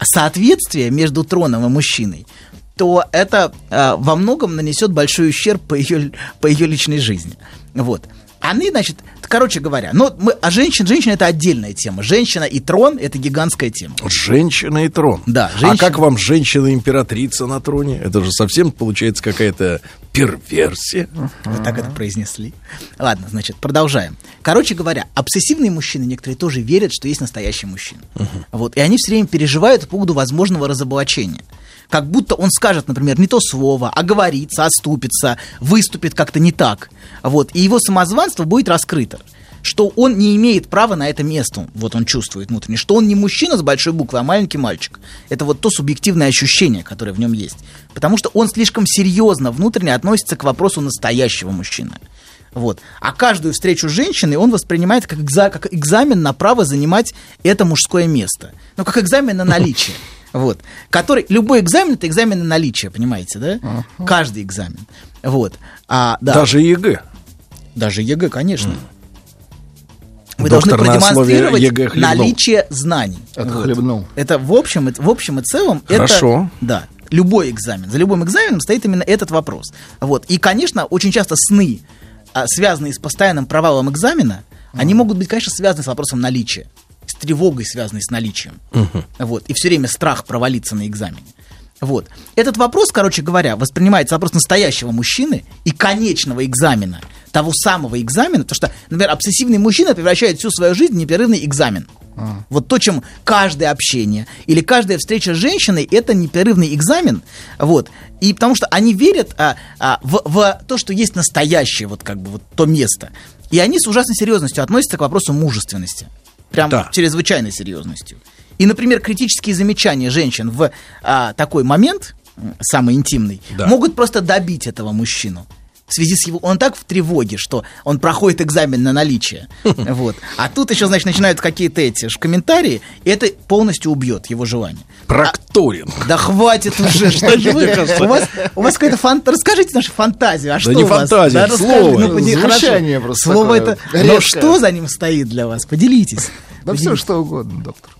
Speaker 4: соответствие между троном и мужчиной, то это э, во многом нанесет большой ущерб по ее, по ее личной жизни. Вот. Они, значит, короче говоря, ну, мы, а женщин, женщина это отдельная тема. Женщина и трон это гигантская тема.
Speaker 2: Женщина и трон.
Speaker 4: Да,
Speaker 2: А
Speaker 4: женщина-
Speaker 2: как вам женщина-императрица на троне? Это же совсем получается какая-то перверсия.
Speaker 4: Вы так это произнесли. Ладно, значит, продолжаем. Короче говоря, обсессивные мужчины некоторые тоже верят, что есть настоящий мужчина. Вот, и они все время переживают по поводу возможного разоблачения. Как будто он скажет, например, не то слово, оговорится, оступится, выступит как-то не так. Вот, и его самозванство будет раскрыто что он не имеет права на это место, вот он чувствует внутренне, что он не мужчина с большой буквы, а маленький мальчик. Это вот то субъективное ощущение, которое в нем есть. Потому что он слишком серьезно внутренне относится к вопросу настоящего мужчины. Вот. А каждую встречу с женщиной он воспринимает как, экза- как экзамен на право занимать это мужское место. Ну, как экзамен на наличие. Вот. Который, любой экзамен это экзамен на наличие, понимаете, да? Каждый экзамен. Вот. А, да.
Speaker 2: Даже ЕГЭ.
Speaker 4: Даже ЕГЭ, конечно. Вы
Speaker 2: Доктор
Speaker 4: должны
Speaker 2: на основе
Speaker 4: продемонстрировать
Speaker 2: ЕГЭ хлебнул.
Speaker 4: наличие знаний.
Speaker 6: Это
Speaker 4: Вот.
Speaker 6: хлебнул.
Speaker 4: Это в общем, и- в общем и целом это-
Speaker 2: Хорошо.
Speaker 4: да. Любой экзамен. За любым экзаменом стоит именно этот вопрос. Вот. И, конечно, очень часто сны, а, связанные с постоянным провалом экзамена, они могут быть, конечно, связаны с вопросом наличия, с тревогой, связанной с наличием. Вот. И все время страх провалиться на экзамене. Вот. Этот вопрос, короче говоря, воспринимается вопрос настоящего мужчины и конечного экзамена, того самого экзамена, потому что, например, обсессивный мужчина превращает всю свою жизнь в непрерывный экзамен. Вот то, чем каждое общение или каждая встреча с женщиной, это непрерывный экзамен, вот. И потому что они верят а, а, в, в то, что есть настоящее, вот как бы вот то место. И они с ужасной серьезностью относятся к вопросу мужественности, прям
Speaker 2: Да.
Speaker 4: чрезвычайной серьезностью. И, например, критические замечания женщин в а, такой момент м, самый интимный
Speaker 2: Да.
Speaker 4: могут просто добить этого мужчину. В связи с его... Он так в тревоге, что он проходит экзамен на наличие. Вот. А тут еще, значит, начинают какие-то эти ж комментарии, и это полностью убьет его желание.
Speaker 2: Прокторинг.
Speaker 4: Да хватит уже, что же вы? У вас, у вас какая-то фантазия. Расскажите нашу фантазию. А что
Speaker 2: не
Speaker 4: у вас?
Speaker 2: фантазия,
Speaker 4: Да, расскажите,
Speaker 2: слово.
Speaker 4: ну, поди- хорошо.
Speaker 6: Звучание просто
Speaker 4: Слово
Speaker 6: такое
Speaker 4: это... Но
Speaker 6: резкое.
Speaker 4: что за ним стоит для вас? Поделитесь.
Speaker 6: Да все что угодно, доктор.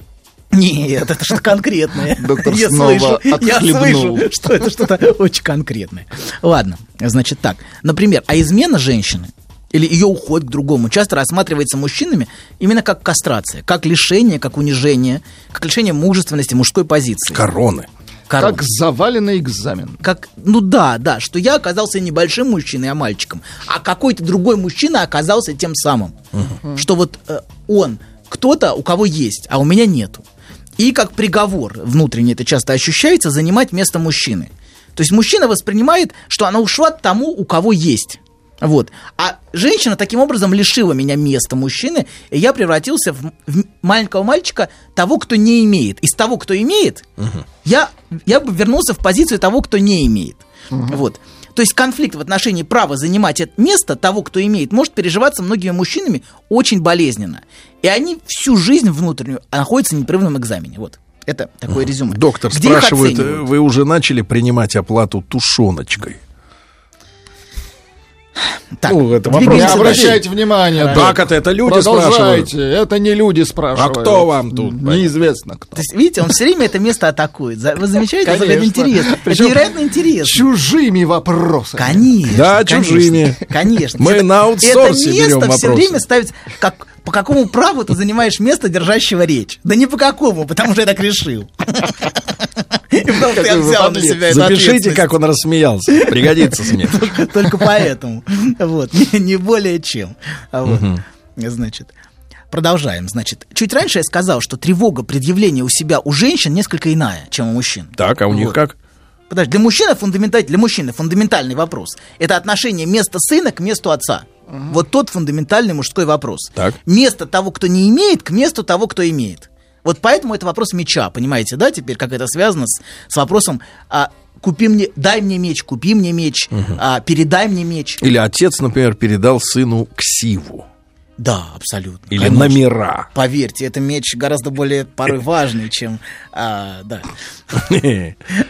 Speaker 4: Нет, это что-то конкретное.
Speaker 6: Доктор
Speaker 4: я
Speaker 6: снова
Speaker 4: слышу, я
Speaker 6: отхлебнул.
Speaker 4: слышу, что это что-то очень конкретное. Ладно, значит так. Например, а измена женщины или ее уход к другому часто рассматривается мужчинами именно как кастрация, как лишение, как унижение, как лишение мужественности мужской позиции.
Speaker 2: Короны.
Speaker 4: Корона.
Speaker 6: Как заваленный экзамен.
Speaker 4: Как, ну да, да, что я оказался не большим мужчиной, а мальчиком, а какой-то другой мужчина оказался тем самым, что вот э, он кто-то, у кого есть, а у меня нету. И как приговор внутренне это часто ощущается, занимать место мужчины. То есть мужчина воспринимает, что она ушла тому, у кого есть. Вот. А женщина таким образом лишила меня места мужчины, и я превратился в, м- в маленького мальчика, того, кто не имеет. Из того, кто имеет, я, я бы вернулся в позицию того, кто не имеет. Вот. То есть конфликт в отношении права занимать это место того, кто имеет, может переживаться многими мужчинами очень болезненно. И они всю жизнь внутреннюю находятся в непрерывном экзамене. Вот. Это такое резюме.
Speaker 2: Доктор
Speaker 4: Где их
Speaker 2: спрашивает,
Speaker 4: оценивают?
Speaker 2: э, вы уже начали принимать оплату тушеночкой?
Speaker 4: Так,
Speaker 2: ну, это вопрос.
Speaker 6: Не
Speaker 4: двигаемся дальше.
Speaker 6: обращайте внимания, доктор.
Speaker 2: Как это? Это люди спрашивают.
Speaker 6: Продолжайте. Это не люди спрашивают.
Speaker 2: А кто вам тут?
Speaker 6: Неизвестно кто.
Speaker 4: То есть, видите, он все время это место атакует. За- Вы замечаете, это
Speaker 6: Конечно.
Speaker 4: интересно. Это
Speaker 6: Причем
Speaker 4: невероятно интересно.
Speaker 6: Чужими вопросами.
Speaker 4: Конечно.
Speaker 2: Да,
Speaker 4: конечно,
Speaker 2: чужими.
Speaker 4: Конечно.
Speaker 2: Мы
Speaker 4: Это-
Speaker 2: на аутсорсе
Speaker 4: Это место
Speaker 2: берем
Speaker 4: все
Speaker 2: вопросы.
Speaker 4: время ставится, как, по какому праву ты занимаешь место, держащего речь. Да не по какому, потому что я так решил. И потому что я
Speaker 6: Какой вы
Speaker 4: взял на
Speaker 6: подлец.
Speaker 4: себя эту
Speaker 2: Запишите,
Speaker 4: ответственность.
Speaker 2: как он рассмеялся. Пригодится смех.
Speaker 4: Только поэтому. Вот. Не, не более чем. А вот. Значит, продолжаем. Значит, чуть раньше я сказал, что тревога предъявления у себя у женщин несколько иная, чем у мужчин.
Speaker 2: Так, а у них
Speaker 4: Вот.
Speaker 2: как?
Speaker 4: Подожди, для мужчины, фундаменталь... для мужчины фундаментальный вопрос – это отношение места сына к месту отца. Вот тот фундаментальный мужской вопрос.
Speaker 2: Так.
Speaker 4: Место того, кто не имеет, к месту того, кто имеет. Вот поэтому это вопрос меча, понимаете, да, теперь, как это связано с, с вопросом а, «купи мне, дай мне меч, купи мне меч, а, передай мне меч».
Speaker 2: Или отец, например, передал сыну ксиву.
Speaker 4: Да, абсолютно.
Speaker 2: Или Э.
Speaker 4: конечно.
Speaker 2: номера.
Speaker 4: Поверьте, это меч гораздо более порой важный, чем... а, да.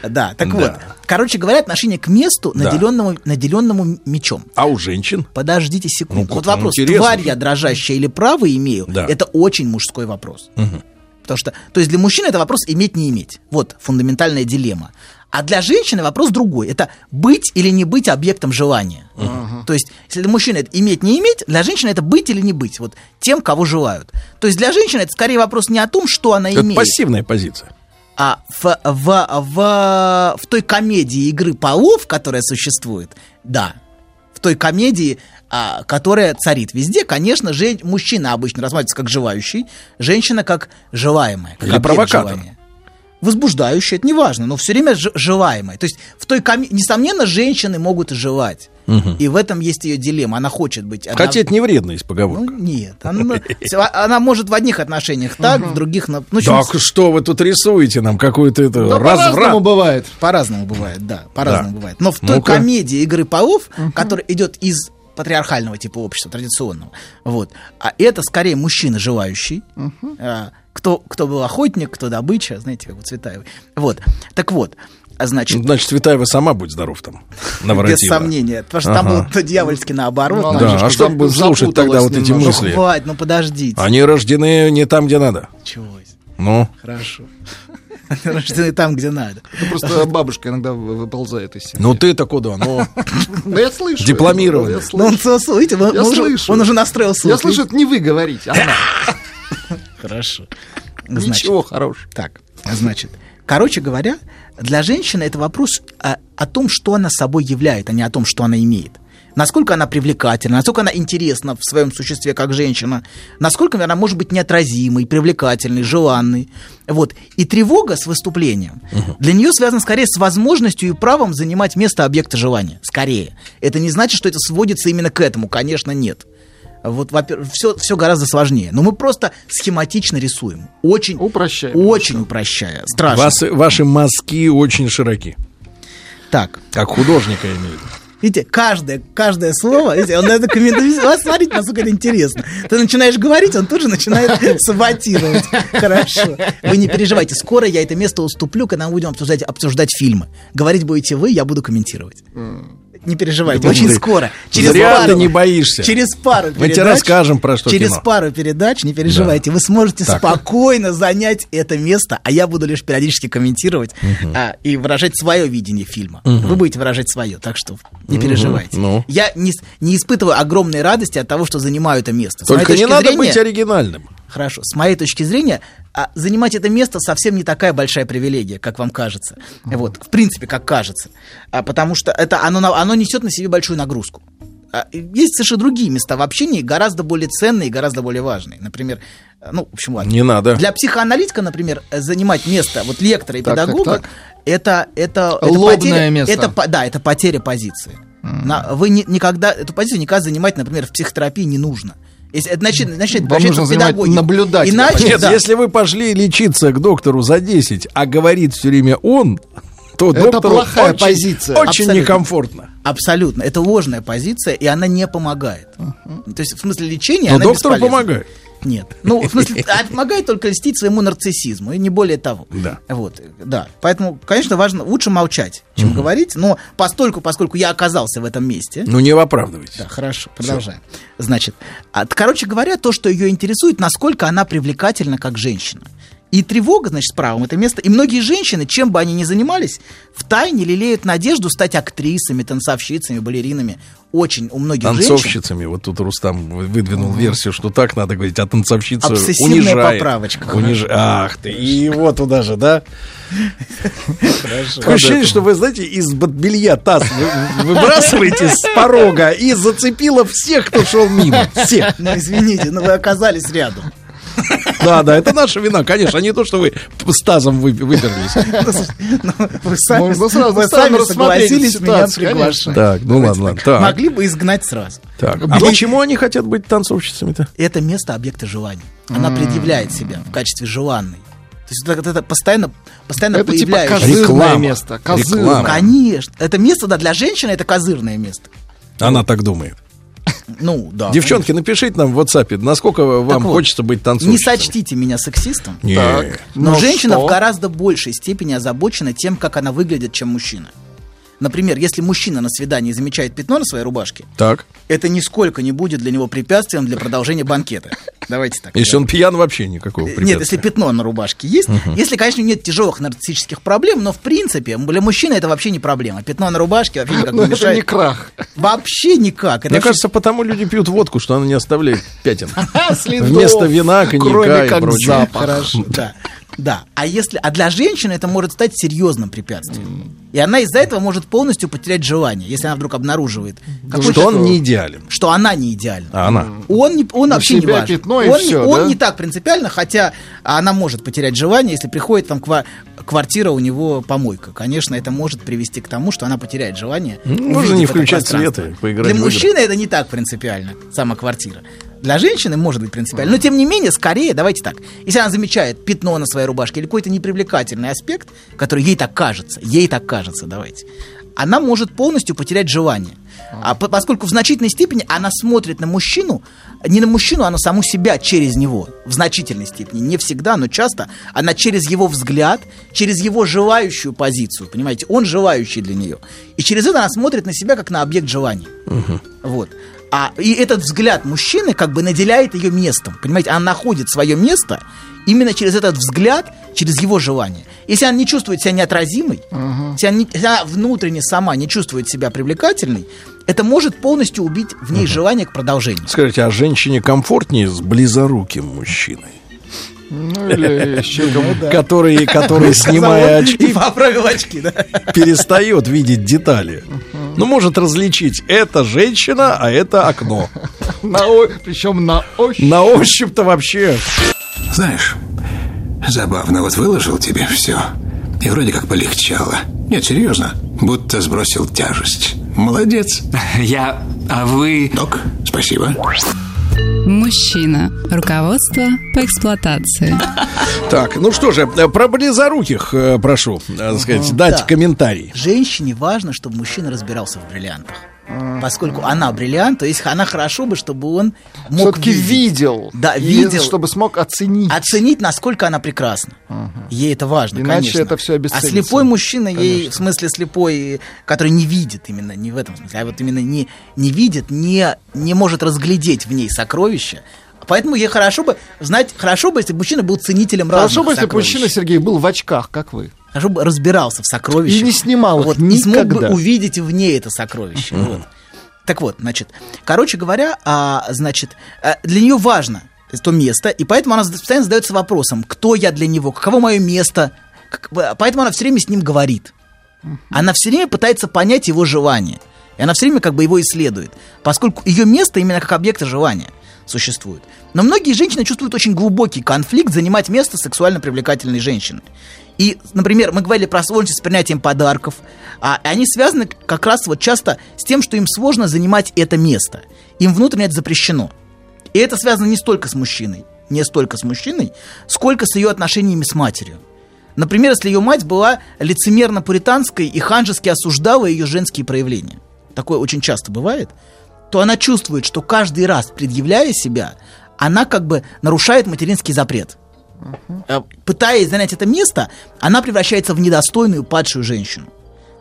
Speaker 4: Да, так
Speaker 2: Да.
Speaker 4: вот. Короче говоря, отношение к месту,
Speaker 2: Да.
Speaker 4: наделенному, наделенному мечом.
Speaker 2: А у женщин?
Speaker 4: Подождите секунду.
Speaker 2: Ну, как,
Speaker 4: вот
Speaker 2: ну,
Speaker 4: вопрос,
Speaker 2: интересно
Speaker 4: тварь
Speaker 2: же.
Speaker 4: я дрожащая или право имею,
Speaker 2: Да.
Speaker 4: это очень мужской вопрос. Потому что, то есть для мужчины это вопрос иметь, не иметь. Вот фундаментальная дилемма. А для женщины вопрос другой. Это быть или не быть объектом желания. То есть, если для мужчины это иметь, не иметь, для женщины это быть или не быть. Вот тем, кого желают. То есть для женщины это скорее вопрос не о том, что она
Speaker 2: Это
Speaker 4: имеет,
Speaker 2: пассивная позиция.
Speaker 4: а в, в, в, в той комедии игры полов, которая существует, да, в той комедии, а, которая царит везде, конечно, же, мужчина обычно рассматривается как желающий, женщина как желаемая. Как
Speaker 2: Или
Speaker 4: объект
Speaker 2: провокатор.
Speaker 4: желания. Возбуждающая, это неважно, но все время ж- желаемая. То есть, в той коме- несомненно, женщины могут желать. И в этом есть ее дилемма. Она хочет быть... одна-
Speaker 2: Хотеть не вредно из
Speaker 4: Ну,
Speaker 2: поговорок.
Speaker 4: нет. Она, а, она может в одних отношениях так, в других... на- Ну, в общем, Ну,
Speaker 2: Так что вы тут рисуете нам какой-то это
Speaker 6: Да по-разному
Speaker 2: разврат?
Speaker 6: бывает.
Speaker 4: По-разному бывает, да, по-разному
Speaker 2: Да.
Speaker 4: бывает. Но в той
Speaker 2: Ну-ка.
Speaker 4: комедии игры полов, которая идет из патриархального типа общества, традиционного, вот, а это скорее мужчина желающий, а, кто, кто был охотник, кто добыча, знаете, как у Цветаевой. Вот, так вот, а значит,
Speaker 2: Значит, Светаева сама будет здоров там.
Speaker 4: без
Speaker 2: Наворотила.
Speaker 4: сомнения, потому что там
Speaker 2: Ага.
Speaker 4: было то дьявольски наоборот.
Speaker 6: Ну,
Speaker 4: там
Speaker 2: Да,
Speaker 4: же-
Speaker 6: Немножко
Speaker 2: а что будет
Speaker 6: запуталась
Speaker 2: слушать тогда вот эти
Speaker 6: немножко.
Speaker 4: Ну,
Speaker 2: мысли?
Speaker 4: хватит, ну подождите.
Speaker 2: Они рождены не там, где надо.
Speaker 4: Чегось.
Speaker 2: Ну,
Speaker 4: Хорошо. Рождены там, где надо.
Speaker 6: Это Ну, просто бабушка иногда вы- выползает из себя.
Speaker 2: ну ты-то куда? Ну,
Speaker 6: Да я слышу.
Speaker 2: Дипломированный.
Speaker 6: Я
Speaker 4: Ну,
Speaker 6: слышу.
Speaker 4: он, сосу- видите, он,
Speaker 6: Я
Speaker 4: он уже-
Speaker 6: слышу.
Speaker 4: он уже настроил слух.
Speaker 6: Я слышу, это не вы говорите, а она.
Speaker 4: Хорошо. Значит,
Speaker 6: Ничего хорошего.
Speaker 4: Так, значит, короче говоря, э, для женщины это вопрос а, о, том, что она собой являет, а не о том, что она имеет. насколько она привлекательна, насколько она интересна в своем существе как женщина, насколько она может быть неотразимой, привлекательной, желанной. Вот. И тревога с выступлением для нее связана скорее с возможностью и правом занимать место объекта желания. Скорее. Это не значит, что это сводится именно к этому. Конечно, нет. Вот, во-первых, все, все гораздо сложнее. Но мы просто схематично рисуем. Очень,
Speaker 6: Упрощаем.
Speaker 4: очень упрощая. Страшно.
Speaker 2: Вас- ваши мазки очень широки.
Speaker 4: Так.
Speaker 2: Как художника, я имею в виду.
Speaker 4: Видите, каждое, каждое слово, видите, он это комментирует. Вас смотрите, насколько это интересно. Ты начинаешь говорить, он тут же начинает саботировать. Хорошо. Вы не переживайте, скоро я это место уступлю, когда мы будем обсуждать, обсуждать фильмы. Говорить будете вы, я буду комментировать. Не переживайте,
Speaker 2: Ух
Speaker 4: очень
Speaker 2: ты.
Speaker 4: скоро.
Speaker 2: Зря ты не боишься.
Speaker 4: Через пару
Speaker 2: Мы тебе
Speaker 4: передач.
Speaker 2: расскажем, про что
Speaker 4: Через
Speaker 2: кино.
Speaker 4: пару передач, не переживайте, вы сможете
Speaker 2: Так.
Speaker 4: спокойно занять это место, а я буду лишь периодически комментировать а, и выражать свое видение фильма. Вы будете выражать свое, так что не переживайте.
Speaker 2: Ну.
Speaker 4: Я не, с- не испытываю огромной радости от того, что занимаю это место. С
Speaker 2: Только
Speaker 4: моей
Speaker 2: не
Speaker 4: точки
Speaker 2: надо
Speaker 4: зрения-
Speaker 2: быть оригинальным.
Speaker 4: Хорошо. С моей точки зрения, а, занимать это место совсем не такая большая привилегия, как вам кажется. Вот, в принципе, как кажется. А, потому что это, оно, на- оно несет на себе большую нагрузку. А, и Есть совершенно другие места в общении, гораздо более ценные и гораздо более важные. Например, э, ну, в общем, ладно.
Speaker 2: Не надо.
Speaker 4: Для психоаналитика, например, э, занимать место вот лектора и
Speaker 6: Так, так,
Speaker 4: педагога,
Speaker 6: так.
Speaker 4: это это это
Speaker 6: Лобное
Speaker 4: потеря-
Speaker 6: место.
Speaker 4: это по- да, это потеря позиции. На- вы ни- никогда эту позицию никогда занимать, например, в психотерапии не нужно. Если это значит, значит,
Speaker 6: Вам
Speaker 4: превращается
Speaker 6: нужно
Speaker 4: в
Speaker 6: занимать
Speaker 4: педагогику.
Speaker 6: наблюдателя.
Speaker 4: Иначе,
Speaker 2: Нет,
Speaker 4: да.
Speaker 2: если вы пошли лечиться к доктору за 10, а говорит все время он, то
Speaker 6: Это
Speaker 2: доктору
Speaker 6: плохая
Speaker 2: очень,
Speaker 6: позиция.
Speaker 2: очень
Speaker 4: Абсолютно.
Speaker 2: некомфортно.
Speaker 4: Абсолютно. Это ложная позиция, и она не помогает. То есть, в смысле лечения
Speaker 2: Но
Speaker 4: она
Speaker 2: доктору
Speaker 4: бесполезна.
Speaker 2: помогает.
Speaker 4: Нет. Ну, в смысле, а помогает только льстить своему нарциссизму, и не более того.
Speaker 2: Да.
Speaker 4: Вот, да. Поэтому, конечно, важно лучше молчать, чем говорить, но постольку, поскольку я оказался в этом месте...
Speaker 2: Ну не оправдывайтесь.
Speaker 4: Да, хорошо, продолжаем. Значит, а, т- короче говоря, то, что ее интересует, насколько она привлекательна как женщина. И тревога, значит, с правом это место. И многие женщины, чем бы они ни занимались, в тайне лелеют надежду стать актрисами, танцовщицами, балеринами. Очень у многих женщин.
Speaker 2: Танцовщицами. Вот тут Рустам вы- выдвинул версию, что так надо говорить, а танцовщица
Speaker 4: Обсессивная
Speaker 2: унижает.
Speaker 4: поправочка.
Speaker 2: Униж- Ах ты, и его туда же, да? Такое ощущение, что вы, знаете, из белья таз вы- выбрасываете с порога и зацепило всех, кто шел мимо. Всех.
Speaker 4: Ну, извините, но вы оказались рядом.
Speaker 2: Да, да, это наша вина, конечно, а не то, что вы с тазом вы- выперлись.
Speaker 4: Ну, слушайте, ну, Вы сами,
Speaker 6: Можно сразу
Speaker 4: вы
Speaker 6: сами
Speaker 4: сами
Speaker 6: рассмотрели
Speaker 4: согласились меня
Speaker 6: ситуацию, конечно.
Speaker 4: приглашать.
Speaker 2: Так, ну ладно, ладно. Так,
Speaker 4: Могли бы изгнать сразу.
Speaker 2: так. А почему они хотят быть танцовщицами-то?
Speaker 4: это место объекта желания. Она предъявляет себя в качестве желанной. То есть это, это постоянно, постоянно
Speaker 6: Это типа
Speaker 4: появляешься.
Speaker 6: козырное
Speaker 2: Реклама.
Speaker 6: место.
Speaker 2: Реклама.
Speaker 6: Козырное.
Speaker 4: Конечно. Это место, да, для женщины это козырное место.
Speaker 2: Она так думает.
Speaker 4: Ну, да.
Speaker 2: Девчонки, напишите нам в WhatsApp, насколько вам
Speaker 4: Так вот,
Speaker 2: хочется быть танцовщицей.
Speaker 4: Не сочтите меня сексистом,
Speaker 2: Не.
Speaker 6: Так.
Speaker 4: но
Speaker 6: Ну
Speaker 4: женщина
Speaker 6: что?
Speaker 4: в гораздо большей степени озабочена тем, как она выглядит, чем мужчина. Например, если мужчина на свидании замечает пятно на своей рубашке,
Speaker 2: Так.
Speaker 4: это нисколько не будет для него препятствием для продолжения банкета. Давайте так.
Speaker 2: Если он пьян, вообще никакого
Speaker 4: Нет, если
Speaker 2: препятствия.
Speaker 4: пятно на рубашке есть. Если, конечно, нет тяжелых нарциссических проблем, но в принципе для мужчины это вообще не проблема. Пятно на рубашке вообще никак
Speaker 6: Ну,
Speaker 4: не
Speaker 6: это не
Speaker 4: мешает.
Speaker 6: крах.
Speaker 4: Вообще никак. Это
Speaker 2: Мне
Speaker 4: вообще-
Speaker 2: кажется, потому люди пьют водку, что она не оставляет пятен.
Speaker 6: А, следов,
Speaker 2: Вместо вина, коньяка
Speaker 6: кроме
Speaker 2: и
Speaker 6: как
Speaker 2: прочего.
Speaker 6: запах.
Speaker 4: Хорошо, да. Да. А если. А для женщины это может стать серьезным препятствием. И она из-за этого может полностью потерять желание, если она вдруг обнаруживает, какой-то-
Speaker 2: Ну, Что он не идеален.
Speaker 4: что она не идеальна.
Speaker 2: А она.
Speaker 4: Он, не, он вообще не
Speaker 6: себя
Speaker 4: важен.
Speaker 6: пятно и
Speaker 4: он,
Speaker 6: всё,
Speaker 4: он
Speaker 6: да?
Speaker 4: не так принципиально, хотя она может потерять желание, если приходит там ква- квартира, у него помойка. Конечно, это может привести к тому, что она потеряет желание.
Speaker 2: можно
Speaker 4: увидев
Speaker 2: не
Speaker 4: это
Speaker 2: включать
Speaker 4: пространство.
Speaker 2: свет и поиграть
Speaker 4: Для
Speaker 2: в игры.
Speaker 4: мужчины это не так принципиально, сама квартира. Для женщины может быть принципиально. Но тем не менее, скорее, давайте так. Если она замечает пятно на своей рубашке или какой-то непривлекательный аспект, который ей так кажется, ей так кажется, давайте, она может полностью потерять желание. А по- поскольку в значительной степени она смотрит на мужчину, не на мужчину, а на саму себя через него. В значительной степени. Не всегда, но часто она через его взгляд, через его желающую позицию. Понимаете, он желающий для нее. И через это она смотрит на себя как на объект желания. Вот. А и этот взгляд мужчины как бы наделяет ее местом. Понимаете, она находит свое место именно через этот взгляд, через его желание. Если она не чувствует себя неотразимой, если, она не- если она внутренне сама не чувствует себя привлекательной, это может полностью убить в ней желание к продолжению.
Speaker 2: Скажите, а женщине комфортнее с близоруким мужчиной?
Speaker 6: Ну, или щелком.
Speaker 2: Который, который снимая
Speaker 4: И
Speaker 2: очки,
Speaker 4: поправил очки, да?
Speaker 2: перестает видеть детали. Ну, может различить, это женщина, а это окно.
Speaker 6: На о- Причем на ощупь.
Speaker 2: На ощупь-то вообще.
Speaker 5: Знаешь, забавно, вот выложил тебе все. И вроде как полегчало. Нет, серьезно. Будто сбросил тяжесть. Молодец.
Speaker 7: Я... А вы...
Speaker 5: Док, спасибо.
Speaker 1: Мужчина. Руководство по эксплуатации.
Speaker 2: Так, ну что же, э, про близоруких э, прошу, э, так сказать, дать
Speaker 4: Да.
Speaker 2: комментарий.
Speaker 4: Женщине важно, чтобы мужчина разбирался в бриллиантах. Поскольку она бриллиант, то есть она хорошо бы, чтобы он мог
Speaker 6: Все-таки
Speaker 4: видеть.
Speaker 6: видел.
Speaker 4: Да,
Speaker 6: И
Speaker 4: видел.
Speaker 6: Чтобы смог оценить.
Speaker 4: Оценить, насколько она прекрасна. Ей это важно,
Speaker 6: Иначе
Speaker 4: конечно.
Speaker 6: это всё
Speaker 4: А
Speaker 6: обесценится.
Speaker 4: слепой мужчина ей, в смысле слепой, который не видит именно, не в этом смысле, а вот именно не, не видит, не, не может разглядеть в ней сокровища. Поэтому ей хорошо бы знать, хорошо бы, если бы мужчина был ценителем
Speaker 6: Хорошо
Speaker 4: разных
Speaker 6: бы, если бы
Speaker 4: сокровищ.
Speaker 6: мужчина, Сергей, был в очках, как вы.
Speaker 4: Хорошо бы А разбирался в сокровищах.
Speaker 6: И не снимал их
Speaker 4: вот, И смог бы
Speaker 6: никогда.
Speaker 4: увидеть в ней это сокровище. вот. Так вот, значит, короче говоря, а, значит, а, для нее важно то место, и поэтому она постоянно задается вопросом, кто я для него, каково мое место, Как- поэтому она все время с ним говорит. Она все время пытается понять его желание. И она все время как бы его исследует, поскольку ее место именно как объекта желания существует. Но многие женщины чувствуют очень глубокий конфликт занимать место сексуально привлекательной женщины. И, например, мы говорили про сложность с принятием подарков, а они связаны как раз вот часто с тем, что им сложно занимать это место. Им внутренне это запрещено. И это связано не столько с мужчиной, не столько с мужчиной, сколько с ее отношениями с матерью. Например, если ее мать была лицемерно-пуританской и ханжески осуждала ее женские проявления. Такое очень часто бывает. То она чувствует, что каждый раз, предъявляя себя, она как бы нарушает материнский запрет. Э, Пытаясь занять это место, она превращается в недостойную падшую женщину.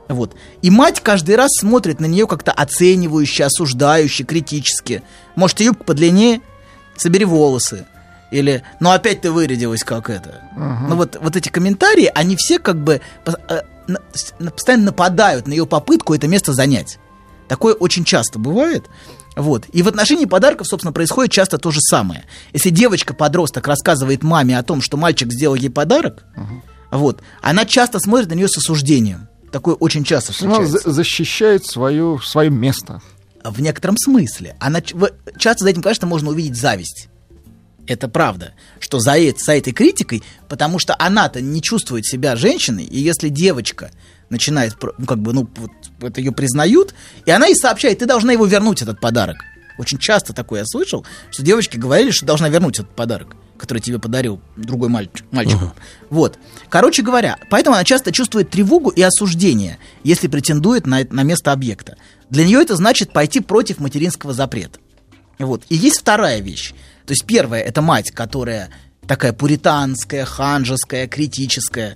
Speaker 4: Вот. И мать каждый раз смотрит на нее как-то оценивающе, осуждающе, критически. Может, юбка подлиннее, собери волосы. Или, ну опять ты вырядилась как это. Ну вот, вот эти комментарии, они все как бы пос- э, на- с- на- постоянно нападают на ее попытку это место занять. Такое очень часто бывает. Вот. И в отношении подарков, собственно, происходит часто то же самое. Если девочка-подросток рассказывает маме о том, что мальчик сделал ей подарок, вот, она часто смотрит на нее с осуждением. Такое очень часто
Speaker 6: Она
Speaker 4: встречается.
Speaker 6: Ну, за- защищает свое, свое место.
Speaker 4: В некотором смысле. Она ч- в- часто за этим, конечно, можно увидеть зависть. Это правда, что за, эт- за этой критикой, потому что она-то не чувствует себя женщиной, и если девочка начинает, про- ну, как бы, ну, вот это ее признают, и она ей сообщает, ты должна его вернуть, этот подарок. Очень часто такое я слышал, что девочки говорили, что должна вернуть этот подарок, который тебе подарил другой мальчик. мальчик. Вот. Короче говоря, поэтому она часто чувствует тревогу и осуждение, если претендует на, на место объекта. Для нее это значит пойти против материнского запрета. Вот. И есть вторая вещь. То есть первая это мать, которая такая пуританская, ханжеская, критическая.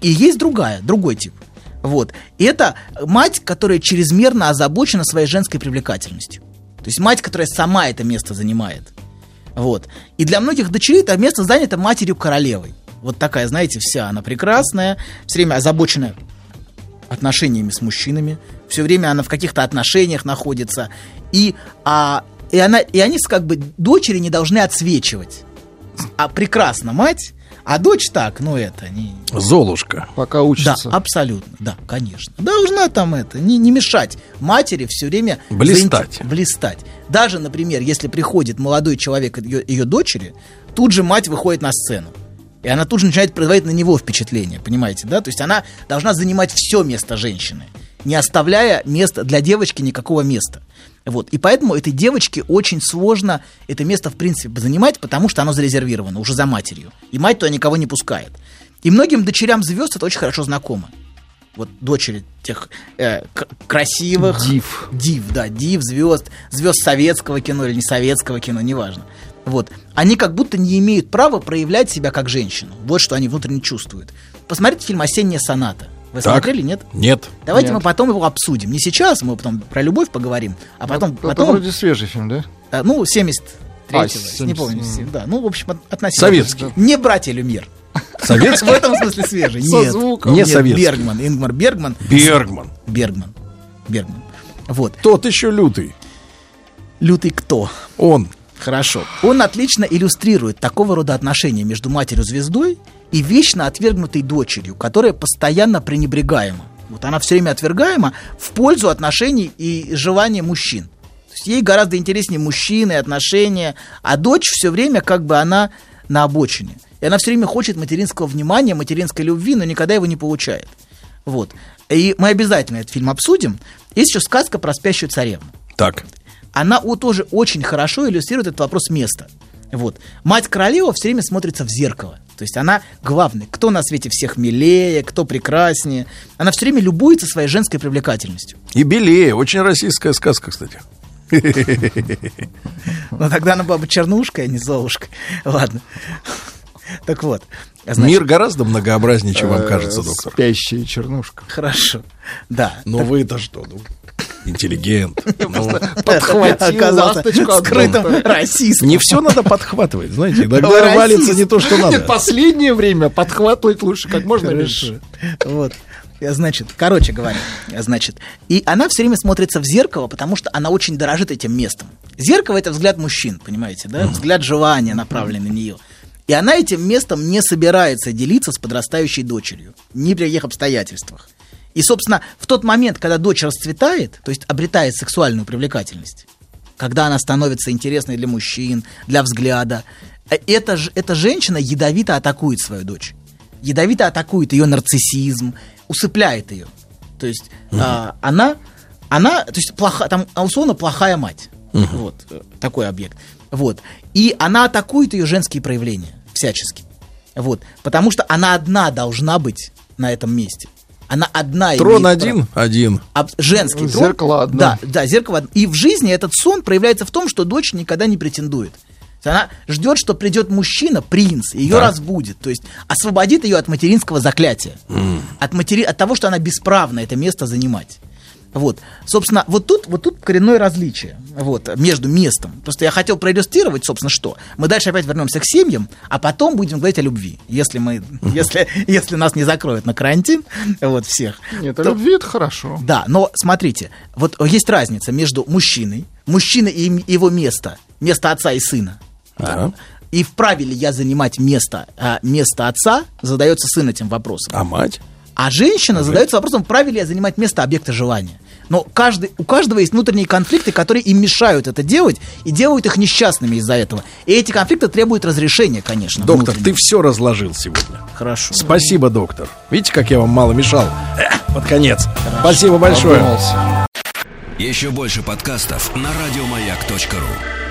Speaker 4: И есть другая, другой тип. Вот. И это мать, которая чрезмерно озабочена своей женской привлекательностью. То есть мать, которая сама это место занимает. Вот. И для многих дочерей это место занято матерью королевой. Вот такая, знаете, вся она прекрасная, все время озабоченная отношениями с мужчинами, все время она в каких-то отношениях находится, и, а, и, она, и они с как бы дочери не должны отсвечивать. А прекрасно мать, а дочь так, ну это не...
Speaker 2: Золушка.
Speaker 6: Пока учится.
Speaker 4: Да, А абсолютно, да, конечно. Должна там это, не, не мешать матери все время...
Speaker 2: Блистать.
Speaker 4: заинте- Блистать. Даже, например, если приходит молодой человек ее, ее дочери, тут же мать выходит на сцену. И она тут же начинает производить на него впечатление, понимаете, да? То есть она должна занимать все место женщины, не оставляя места для девочки никакого места. Вот. И поэтому этой девочке очень сложно это место, в принципе, занимать, потому что оно зарезервировано уже за матерью. И мать туда никого не пускает. И многим дочерям звезд это очень хорошо знакомо вот дочери тех э, к- красивых див див да див звезд звезд советского кино или не советского кино неважно вот они как будто не имеют права проявлять себя как женщину вот что они внутренне чувствуют посмотрите фильм осенняя соната вы
Speaker 2: Так.
Speaker 4: смотрели нет
Speaker 2: Нет.
Speaker 4: давайте
Speaker 6: Нет.
Speaker 4: мы потом его обсудим не сейчас мы потом про любовь поговорим а потом
Speaker 6: Это
Speaker 4: потом
Speaker 6: вроде свежий фильм, да?
Speaker 4: а, ну 73
Speaker 6: А,
Speaker 4: не
Speaker 6: 70,
Speaker 4: помню,
Speaker 6: м.
Speaker 4: да. Ну, в общем, от- относительно.
Speaker 2: Советский.
Speaker 4: Не братья Люмьер. В
Speaker 2: Советский?
Speaker 4: этом смысле свежий.
Speaker 6: Со
Speaker 4: Нет.
Speaker 6: звуком.
Speaker 2: Не
Speaker 4: Нет,
Speaker 2: советский.
Speaker 4: Бергман, Ингмар Бергман.
Speaker 2: Бергман.
Speaker 4: Бергман. Бергман. Вот.
Speaker 2: Тот еще лютый.
Speaker 4: Лютый кто?
Speaker 2: Он.
Speaker 4: хорошо. Он отлично иллюстрирует такого рода отношения между матерью-звездой и вечно отвергнутой дочерью, которая постоянно пренебрегаема. Вот она все время отвергаема в пользу отношений и желания мужчин. То есть ей гораздо интереснее мужчины, отношения, а дочь все время как бы она на обочине. И она все время хочет материнского внимания, материнской любви, но никогда его не получает. Вот. И мы обязательно этот фильм обсудим. Есть еще сказка про спящую царевну
Speaker 2: Так.
Speaker 4: она о- тоже очень хорошо иллюстрирует этот вопрос места. Вот. Мать королева все время смотрится в зеркало. То есть она главный, кто на свете всех милее, кто прекраснее. Она все время любуется своей женской привлекательностью.
Speaker 2: И Белее. Очень российская сказка, кстати.
Speaker 4: Но тогда она была бы чернушкой, а не золушкой. Ладно. Так вот. значит,
Speaker 2: Мир гораздо многообразнее, чем вам
Speaker 6: Э,
Speaker 2: кажется, доктор.
Speaker 6: Спящая чернушка.
Speaker 4: Хорошо. Да.
Speaker 2: Ну вы-то что, ну, интеллигент. Ну,
Speaker 6: Подхватил
Speaker 4: Оказался
Speaker 6: ласточку от
Speaker 4: скрытым
Speaker 6: доктора.
Speaker 4: расистом.
Speaker 2: Ну. Не все надо подхватывать, знаете, иногда
Speaker 4: Вы
Speaker 2: валится
Speaker 4: расист.
Speaker 2: не то, что
Speaker 6: Нет,
Speaker 2: надо.
Speaker 6: последнее время подхватывать лучше как можно
Speaker 4: Хорошо.
Speaker 6: меньше.
Speaker 4: Вот. Я, Значит, короче говоря, я, значит, и она все время смотрится в зеркало, потому что она очень дорожит этим местом. Зеркало это взгляд мужчин, понимаете, да? Взгляд желания направленный на нее. И она этим местом не собирается делиться с подрастающей дочерью, ни при каких обстоятельствах. И, собственно, в тот момент, когда дочь расцветает, то есть обретает сексуальную привлекательность, когда она становится интересной для мужчин, для взгляда, э, эта, ж- эта женщина ядовито атакует свою дочь. Ядовито атакует ее нарциссизм, усыпляет ее. То есть а, она, она, то есть плоха, там а, условно плохая мать. Вот э, такой объект. Вот. И она атакует ее женские проявления всячески. Вот. Потому что она одна должна быть на этом месте. Она одна
Speaker 2: Трон
Speaker 4: имеет право-
Speaker 2: один, один.
Speaker 4: а женский трон.
Speaker 6: Зеркало одно.
Speaker 4: Да, да, зеркало одно. И в жизни этот сон проявляется в том, что дочь никогда не претендует. То есть Она ждет, что придет мужчина, принц, и ее
Speaker 2: Да.
Speaker 4: разбудит. То есть освободит ее от материнского заклятия. От, матери... от того, что она бесправна это место занимать. Вот. Собственно, вот тут, вот тут коренное различие вот, между местом. Просто я хотел проиллюстрировать, собственно, что. Мы дальше опять вернемся к семьям, а потом будем говорить о любви. Если, мы, если, если нас не закроют на карантин, вот всех.
Speaker 6: Нет, а
Speaker 4: то-
Speaker 6: любви это хорошо.
Speaker 4: да, но смотрите, вот есть разница между мужчиной, мужчиной и им- его место, место отца и сына.
Speaker 2: Ага.
Speaker 4: И вправе ли я занимать место, а, место отца, задается сын этим вопросом.
Speaker 2: А мать?
Speaker 4: А женщина задается вопросом, правильно ли я занимать место объекта желания. Но каждый, у каждого есть внутренние конфликты, которые им мешают это делать и делают их несчастными из-за этого. И эти конфликты требуют разрешения, конечно.
Speaker 2: Доктор, ты
Speaker 4: внутреннего.
Speaker 2: все разложил сегодня.
Speaker 4: Хорошо.
Speaker 2: Спасибо, доктор. Видите, как я вам мало мешал? Эх, Под конец. Спасибо большое.
Speaker 6: Задумался.
Speaker 8: Еще больше подкастов на радиомаяк.ру.